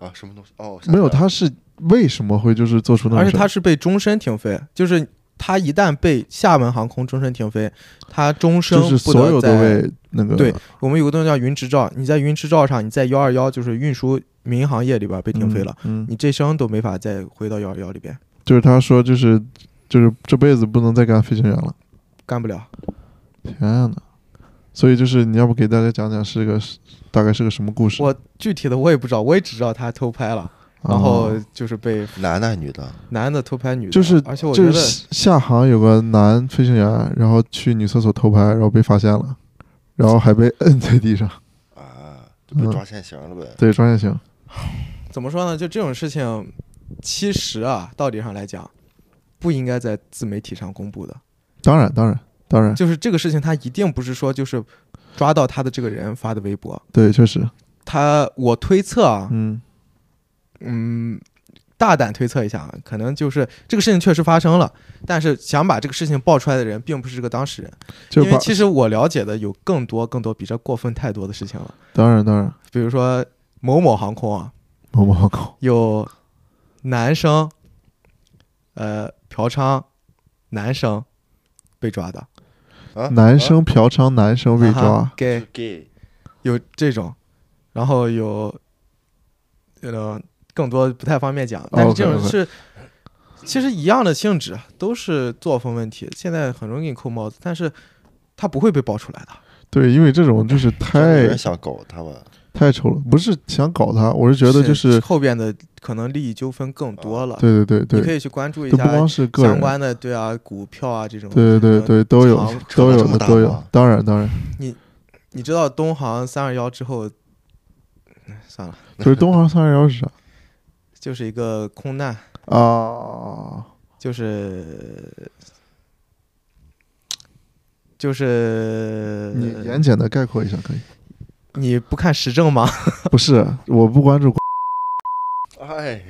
S3: 啊，什么东西？哦，
S2: 没有，
S3: 想起来了
S2: 他是为什么会就是做出那
S1: 而
S2: 种
S1: 且
S2: 事
S1: 他
S2: 儿？
S1: 是被终身停飞，就是他一旦被厦门航空终身停飞，他终身
S2: 就是
S1: 不
S2: 所
S1: 得
S2: 有
S1: 在
S2: 都为那个
S1: 对我们有个东西叫云执照，你在云执照上，你在幺二幺就是运输民营行业里边被停飞了，，
S2: 嗯，嗯
S1: 你这生都没法再回到幺二幺里边，
S2: 就是他说就是就是这辈子不能再干飞行员了，
S1: 干不了。
S2: 天呐！所以就是你要不给大家讲讲是个大概是个什么故事？啊
S1: 我具体的我也不知道，我也只知道他偷拍了，然后
S2: 哦
S1: 就是被
S3: 男的女的，
S1: 男的偷拍女的，
S2: 就是
S1: 而且我觉得
S2: 就是下航有个男飞行员，然后去女厕所偷拍，然后被发现了，然后还被摁在地上，
S3: 啊，就被
S2: 嗯
S3: 抓现行了呗。
S2: 对，抓现行。
S1: 怎么说呢？就这种事情，其实啊，道理上来讲，不应该在自媒体上公布的。
S2: 当然，当然，当然，
S1: 就是这个事情，他一定不是说就是抓到他的这个人发的微博。
S2: 对，确实，
S1: 他我推测啊，
S2: 嗯，
S1: 嗯，大胆推测一下啊，可能就是这个事情确实发生了，但是想把这个事情爆出来的人并不是这个当事人，
S2: 就
S1: 因
S2: 把
S1: 为其实我了解的有更多更多比这过分太多的事情了，
S2: 当然，当然，
S1: 比如说某某航空啊，
S2: 某某航空，
S1: 有男生，呃，嫖娼男生被抓的，
S3: 啊，
S2: 男生嫖娼，男生被抓
S1: 啊，给、
S3: gay
S1: 有这种，然后有，呃，更多不太方便
S2: 哦
S1: 讲，但是这种
S2: OK，OK
S1: 是其实一样的性质，都是作风问题。现在很容易给你扣帽子，但是他不会被爆出来的。
S2: 对，因为这种就是
S3: 有
S2: 太
S3: 人想搞他吧？
S2: 太丑了，不是想搞他，我是觉得就是
S1: 后边的可能利益纠纷更多了。
S2: 对对对
S1: 啊你可
S2: 对，
S1: 以去关注一
S2: 都不
S1: 下
S2: 光是个
S1: 相
S2: 人，
S1: 关的，对啊，股票啊这种。
S2: 对对对，都有
S1: 长
S2: 都有
S3: 这么
S2: 的
S3: 大
S2: 都有
S1: 啊
S3: 吗，
S2: 当 然当然，
S1: 你知道东航三二幺之后，哎算了，
S2: 就是东航三二幺是啥
S1: 就是一个空难，
S2: 啊？
S1: 就是就是
S2: 你严谨的概括一下可以？
S1: 你不看时政吗？
S2: 不是，我不关注
S3: 哎，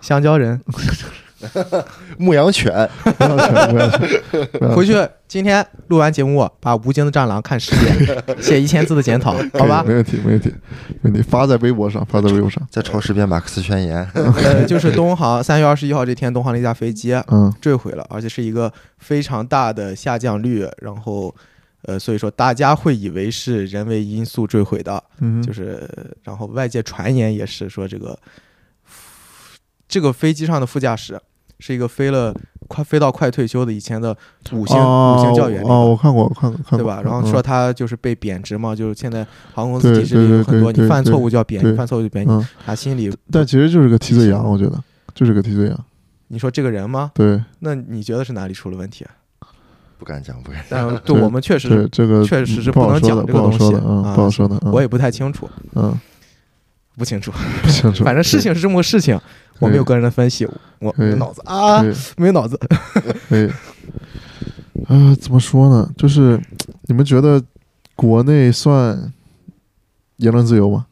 S1: 香蕉人
S2: 嗯
S3: 牧羊犬，
S2: 不要钱，不要钱，不要
S1: 回去今天录完节目，把《无尽的战狼》看十遍，写一千字的检 讨，
S2: 可以
S1: 好吧
S2: 没？问题，没问题，没问题，发在微博上，发在微博上。
S3: 在超市编马克思宣言，
S1: 呃，就是东航三月二十一号这天，东航的一架飞机
S2: 嗯，
S1: 坠毁了，而且是一个非常大的下降率，然后。呃，所以说大家会以为是人为因素坠毁的，
S2: 嗯
S1: 就
S2: 哼，
S1: 是然后外界传言也是说这个这个飞机上的副驾驶是一个飞了快飞到快退休的以前的五星、
S2: 哦
S1: 五星教员、那个
S2: 哦，我看过，我看过，看过，
S1: 对吧？然后说
S2: 嗯
S1: 他就是被贬值嘛，就是现在航空公司
S2: 对
S1: 体制里有
S2: 对对
S1: 很多，
S2: 对
S1: 你犯
S2: 对
S1: 错误就要贬，
S2: 对
S1: 你犯错误就贬，
S2: 嗯，
S1: 他心里。
S2: 但其实就是个替罪羊，我觉得就是个替罪羊。
S1: 你说这个人吗？
S2: 对
S1: 那你觉得是哪里出了问题啊？
S3: 不敢讲，不敢讲。
S1: 但对
S2: 对
S1: 我们确实
S2: 对，
S1: 是，
S2: 这个
S1: 确实是
S2: 不
S1: 不
S2: 好
S1: 能
S2: 说
S1: 讲
S2: 的，
S1: 这
S2: 不
S1: 个
S2: 好
S1: 东
S2: 说
S1: 西
S2: 的，嗯，
S1: 啊
S2: 不好说的，嗯
S1: 我也不太清楚，
S2: 嗯
S1: 不清楚。
S2: 不清 楚，
S1: 反正事情是这么个事情，我没有个人的分析，我
S2: 可以
S1: 没有脑子啊，
S2: 对
S1: 没有脑子。
S2: 对，哎啊，怎么说呢？就是你们觉得国内算言论自由吗？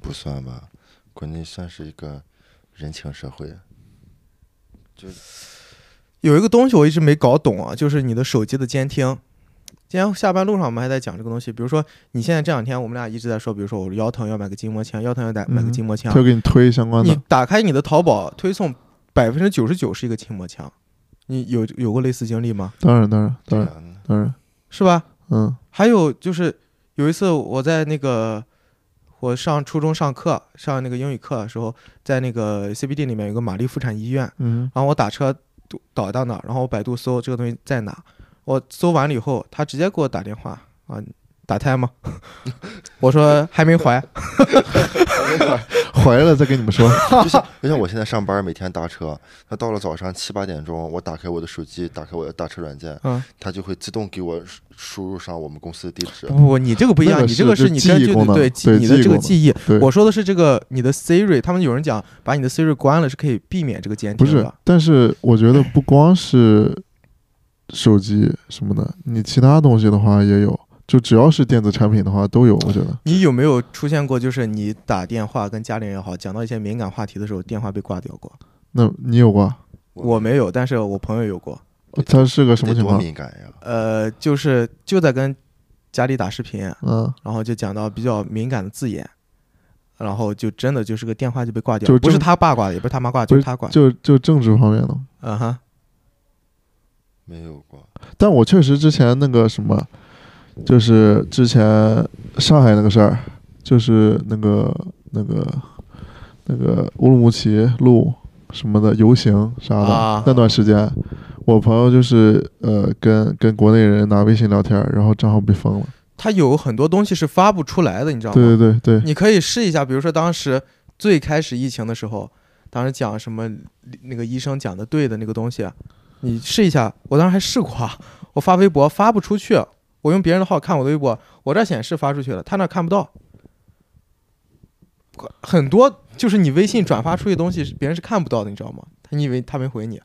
S3: 不算吧，国内算是一个人情社会。
S1: 有一个东西我一直没搞懂啊，就是你的手机的监听。今天下班路上我们还在讲这个东西，比如说你现在这两天我们俩一直在说，比如说我腰疼要买个筋膜枪，腰疼要买买个
S2: 嗯
S1: 筋膜枪
S2: 他，会给你推相关
S1: 你
S2: 的，
S1: 打开你的淘宝推送，百分之九十九是一个筋膜枪，你有有过类似经历吗？
S2: 当然，当然，当然，
S3: 然呢，
S2: 当然，
S1: 是吧？
S2: 嗯
S1: 还有就是有一次我在那个我上初中上课上那个英语课的时候，在那个 CBD 里面有个玛丽妇产医院，
S2: 嗯，
S1: 然后我打车堵倒到那儿，然后我百度搜这个东西在哪，我搜完了以后，他直接给我打电话啊，打胎吗？ 我说还没怀，
S2: 怀了再跟你们说，
S3: 就像就像我现在上班，每天搭车，那到了早上七八点钟，我打开我的手机，打开我的打车软件，
S1: 嗯，
S3: 它就会自动给我输输入上我们公司的地址
S1: 不。不不，你这个不一
S2: 那
S1: 样，
S2: 个
S1: 你
S2: 是
S1: 这个
S2: 就是
S1: 你根
S2: 记忆
S1: 据
S2: 功能
S1: 对
S2: 对
S1: 你
S2: 记
S1: 的这
S2: 忆
S1: 个
S2: 功能
S1: 记忆，
S2: 对，
S1: 我说的是这个你的 Siri，他们有人讲把你的 Siri 关了是可以避免这个监
S2: 不
S1: 听
S2: 是
S1: 的，，
S2: 但是我觉得不光是手机什么的，你其他东西的话也有，就只要是电子产品的话都有，我觉得。
S1: 你有没有出现过就是你打电话跟家里人也好，讲到一些敏感话题的时候，电话被挂掉过？
S2: 那你有过？啊
S1: 我没有，但是我朋友有过。
S2: 它是个什么
S3: 得
S2: 情
S3: 多
S2: 况？
S3: 敏感呀！
S1: 呃，就是就在跟家里打视频，
S2: 嗯，
S1: 然后就讲到比较敏感的字眼，然后就真的就是个电话就被挂掉，
S2: 就
S1: 不是
S2: 正
S1: 他爸挂的，也不是他妈挂的，
S2: 不
S1: 就是是他挂的。
S2: 就就政治方面的。
S1: 嗯哼，
S3: 没有过，
S2: 但我确实之前那个什么，就是之前上海那个事儿，就是那个那个那个乌鲁木齐路什么的游行啥的、
S1: 啊
S2: 那段时间，我朋友就是呃跟跟国内人拿微信聊天儿，然后账号被封了。
S1: 他有很多东西是发不出来的，你知道吗？
S2: 对对对对，
S1: 你可以试一下，比如说当时最开始疫情的时候，当时讲什么那个医生讲的对的那个东西，啊你试一下。我当时还试过啊， 我发微博发不出去，我用别人的号看我的微博，我这显示发出去了，他那看不到。很多就是你微信转发出去的东西，别人是看不到的，你知道吗？他你以为他没回你？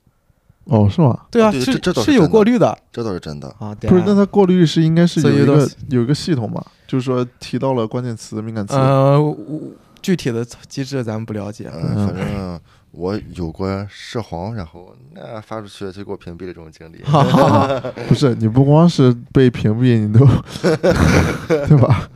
S2: 哦是吗？
S1: 对啊，
S3: 对
S1: 是
S3: 这这倒是
S1: 是有
S3: 真的
S1: 过滤的
S3: 这倒是真的。
S1: 啊。对啊
S2: 不是，那它过滤是应该是
S1: 所以
S2: 有一
S1: 有
S2: 个
S1: 点
S2: 有一个系统吧？就是说提到了关键词、敏感词，
S1: 呃，我我具体的机制咱们不了解。
S3: 嗯，
S2: 嗯
S3: 反正我有过涉黄，然后那发出去就给我屏蔽了这种经历。
S1: 哈哈哈。
S2: 不是你不光是被屏蔽，你 都对吧？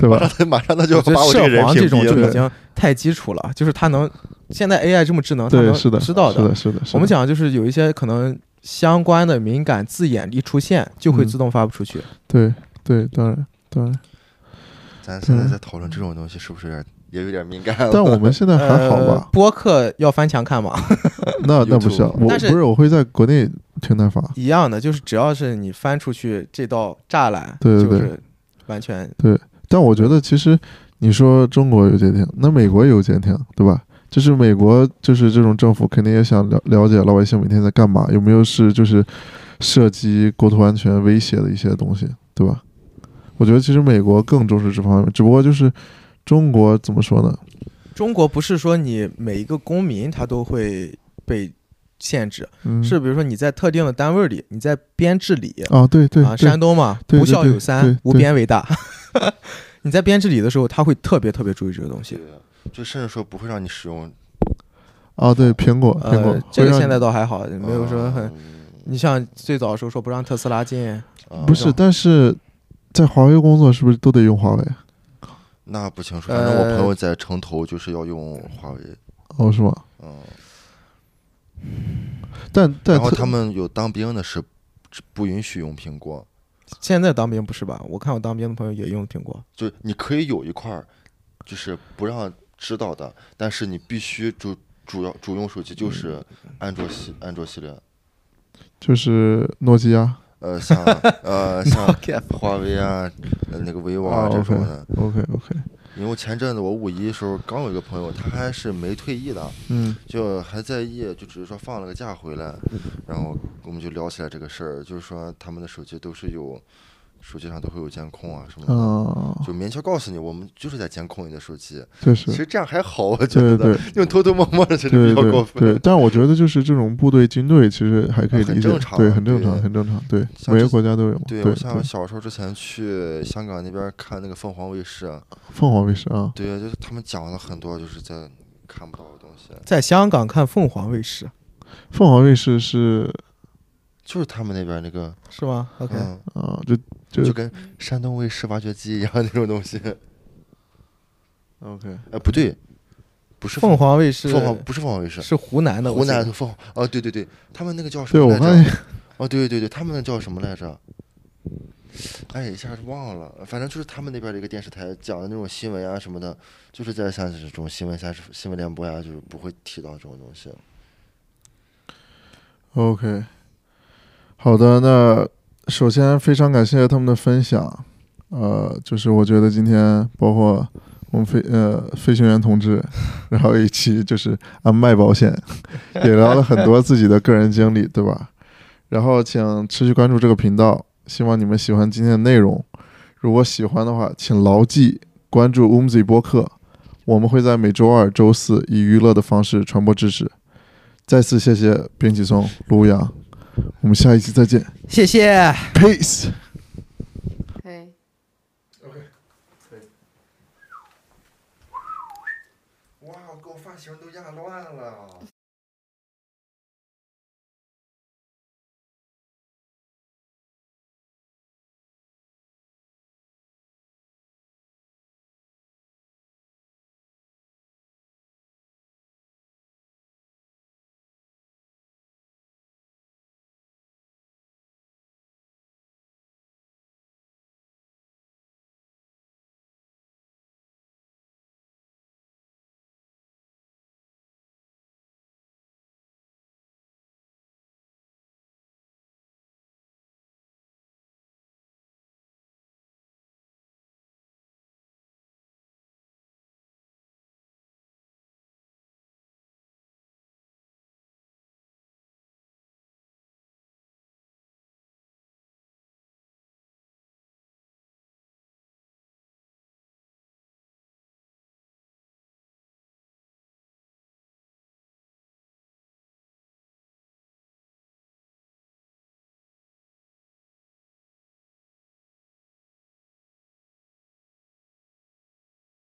S2: 对吧？
S3: 马上他就
S1: 我觉得
S3: 把我这
S1: 涉
S3: 个人
S1: 黄
S3: 屏
S1: 这种
S3: 蔽
S1: 就已
S3: 了。
S1: 经太基础了，就是它能现在 AI 这么智能，它
S2: 对，
S1: 能
S2: 是的，
S1: 知道
S2: 是的，是的。是的
S1: 我们讲就是有一些可能相关的敏感字眼一出现，就会
S2: 嗯
S1: 自动发布出去。
S2: 对对，当然当然，
S3: 咱现在
S2: 嗯
S3: 在讨论这种东西，是不是有点也有点敏感？
S2: 但我们现在还好
S1: 呃
S2: 吧？
S1: 播客要翻墙看嘛，
S2: 那那不行，
S3: YouTube
S2: 我
S1: 呃但是
S2: 不是我会在国内平台发，
S1: 一样的，就是只要是你翻出去这道栅栏，
S2: 对对
S1: 就
S2: 对
S1: 是完全
S2: 但我觉得其实你说中国有监听，那美国也有监听，对吧？就是美国就是这种政府肯定也想了了解老百姓每天在干嘛，有没有是就是涉及国土安全威胁的一些东西，对吧？我觉得其实美国更重视这方面，只不过就是中国怎么说呢？
S1: 中国不是说你每一个公民他都会被限制，
S2: 嗯，
S1: 是比如说你在特定的单位里，你在编制里
S2: 啊，对对
S1: 啊，
S2: 对
S1: 山东嘛，
S2: 对
S1: 不
S2: 对
S1: 孝
S2: 对
S1: 有
S2: 对
S1: 三，无
S2: 对
S1: 边为大。 你在编制里的时候，他会特别特别注意这个东西。
S3: 对就甚至说不会让你使用
S2: 啊，对苹果苹果
S1: 呃，，这个
S2: 会让
S1: 现在
S2: 你
S1: 倒还好，没有说很。
S3: 嗯
S1: 你像最早的时候说不让特斯拉进，
S3: 啊
S2: 不是，但是在华为工作是不是都得用华为？啊
S3: 那不清楚，反正我
S1: 呃
S3: 朋友在城投就是要用华为，
S2: 哦，是吗？
S3: 嗯，
S2: 但但
S3: 然后
S2: 特
S3: 他们有当兵的是不允许用苹果，
S1: 现在当兵不是吧？我看我当兵的朋友也用苹果，
S3: 就你可以有一块儿就是不让知道的，但是你必须主主要主用手机就是嗯安卓系安卓系列，
S2: 就是诺基亚。
S3: 呃，像呃像
S1: OK
S3: 华为啊，呃那个 vivo
S2: 啊
S3: 啊这
S2: ，OK
S3: 种的。
S2: OK OK，
S3: 因为前阵子我五一的时候刚有一个朋友，他还是没退役的，啊
S2: 嗯
S3: 就还在役，就只是说放了个假回来，然后我们就聊起来这个事儿，就是说他们的手机都是有，手机上都会有监控啊什么的，
S2: 啊，
S3: 就明确告诉你，我们就是在监控你的手机。
S2: 确
S3: 其
S2: 实，
S3: 实这样还好，我觉
S2: 对
S3: 得
S2: 对
S3: 用偷偷摸摸的这是
S2: 对
S3: 比较过
S2: 对
S3: 分啊
S2: 对，。但我觉得就是这种部队军队其实还可以
S3: 很
S2: 理解
S3: 正，常
S2: 对，很正
S3: 对
S2: 常，很正常，对，
S3: 像
S2: 每
S3: 之
S2: 个国家都有嘛，对
S3: 对，我像小时候之前去香港那边看那个凤凰卫视，
S2: 凤凰卫视啊，
S3: 对，就是他们讲了很多就是在看不到的东西，
S1: 在香港看凤凰卫视
S2: 凤凰卫视是
S3: 就是他们那边那个
S1: 是吗？OK，、
S3: 嗯，
S2: 啊，就就
S3: 就跟山东卫视挖掘机一样那种东西。
S2: OK，
S3: 哎，不对，不是
S1: 凤凰卫视
S3: 凤凰不是凤凰卫视，
S1: 是湖南的，
S3: 湖南
S1: 我记
S3: 的
S1: 得
S3: 凤凰哦，对对对，他们那个叫什
S2: 对
S3: 么
S2: 我
S3: 来
S2: 发
S3: 着？
S2: 现
S3: 哦，对对对，他们那叫什么来着？哎，一下子忘了，反正就是他们那边的一个电视台讲的那种新闻啊什么的，就是在像这种新闻像是新闻联播呀、就是不会提到这种东西。
S2: OK，好的，那首先非常感谢他们的分享，呃，就是我觉得今天包括我们飞呃飞行员同志， 然后一起就是啊卖保险，也聊了很多自己的个人经历，对吧？然后请持续关注这个频道，希望你们喜欢今天的内容。如果喜欢的话，请牢记关注 Umzi 播客，我们会在每周二、周四以娱乐的方式传播知识。再次谢谢边启松、卢阳，我们下一期再见
S1: 谢谢。
S2: ，peace。
S4: 可以。
S3: 哇，给我发型都压乱了。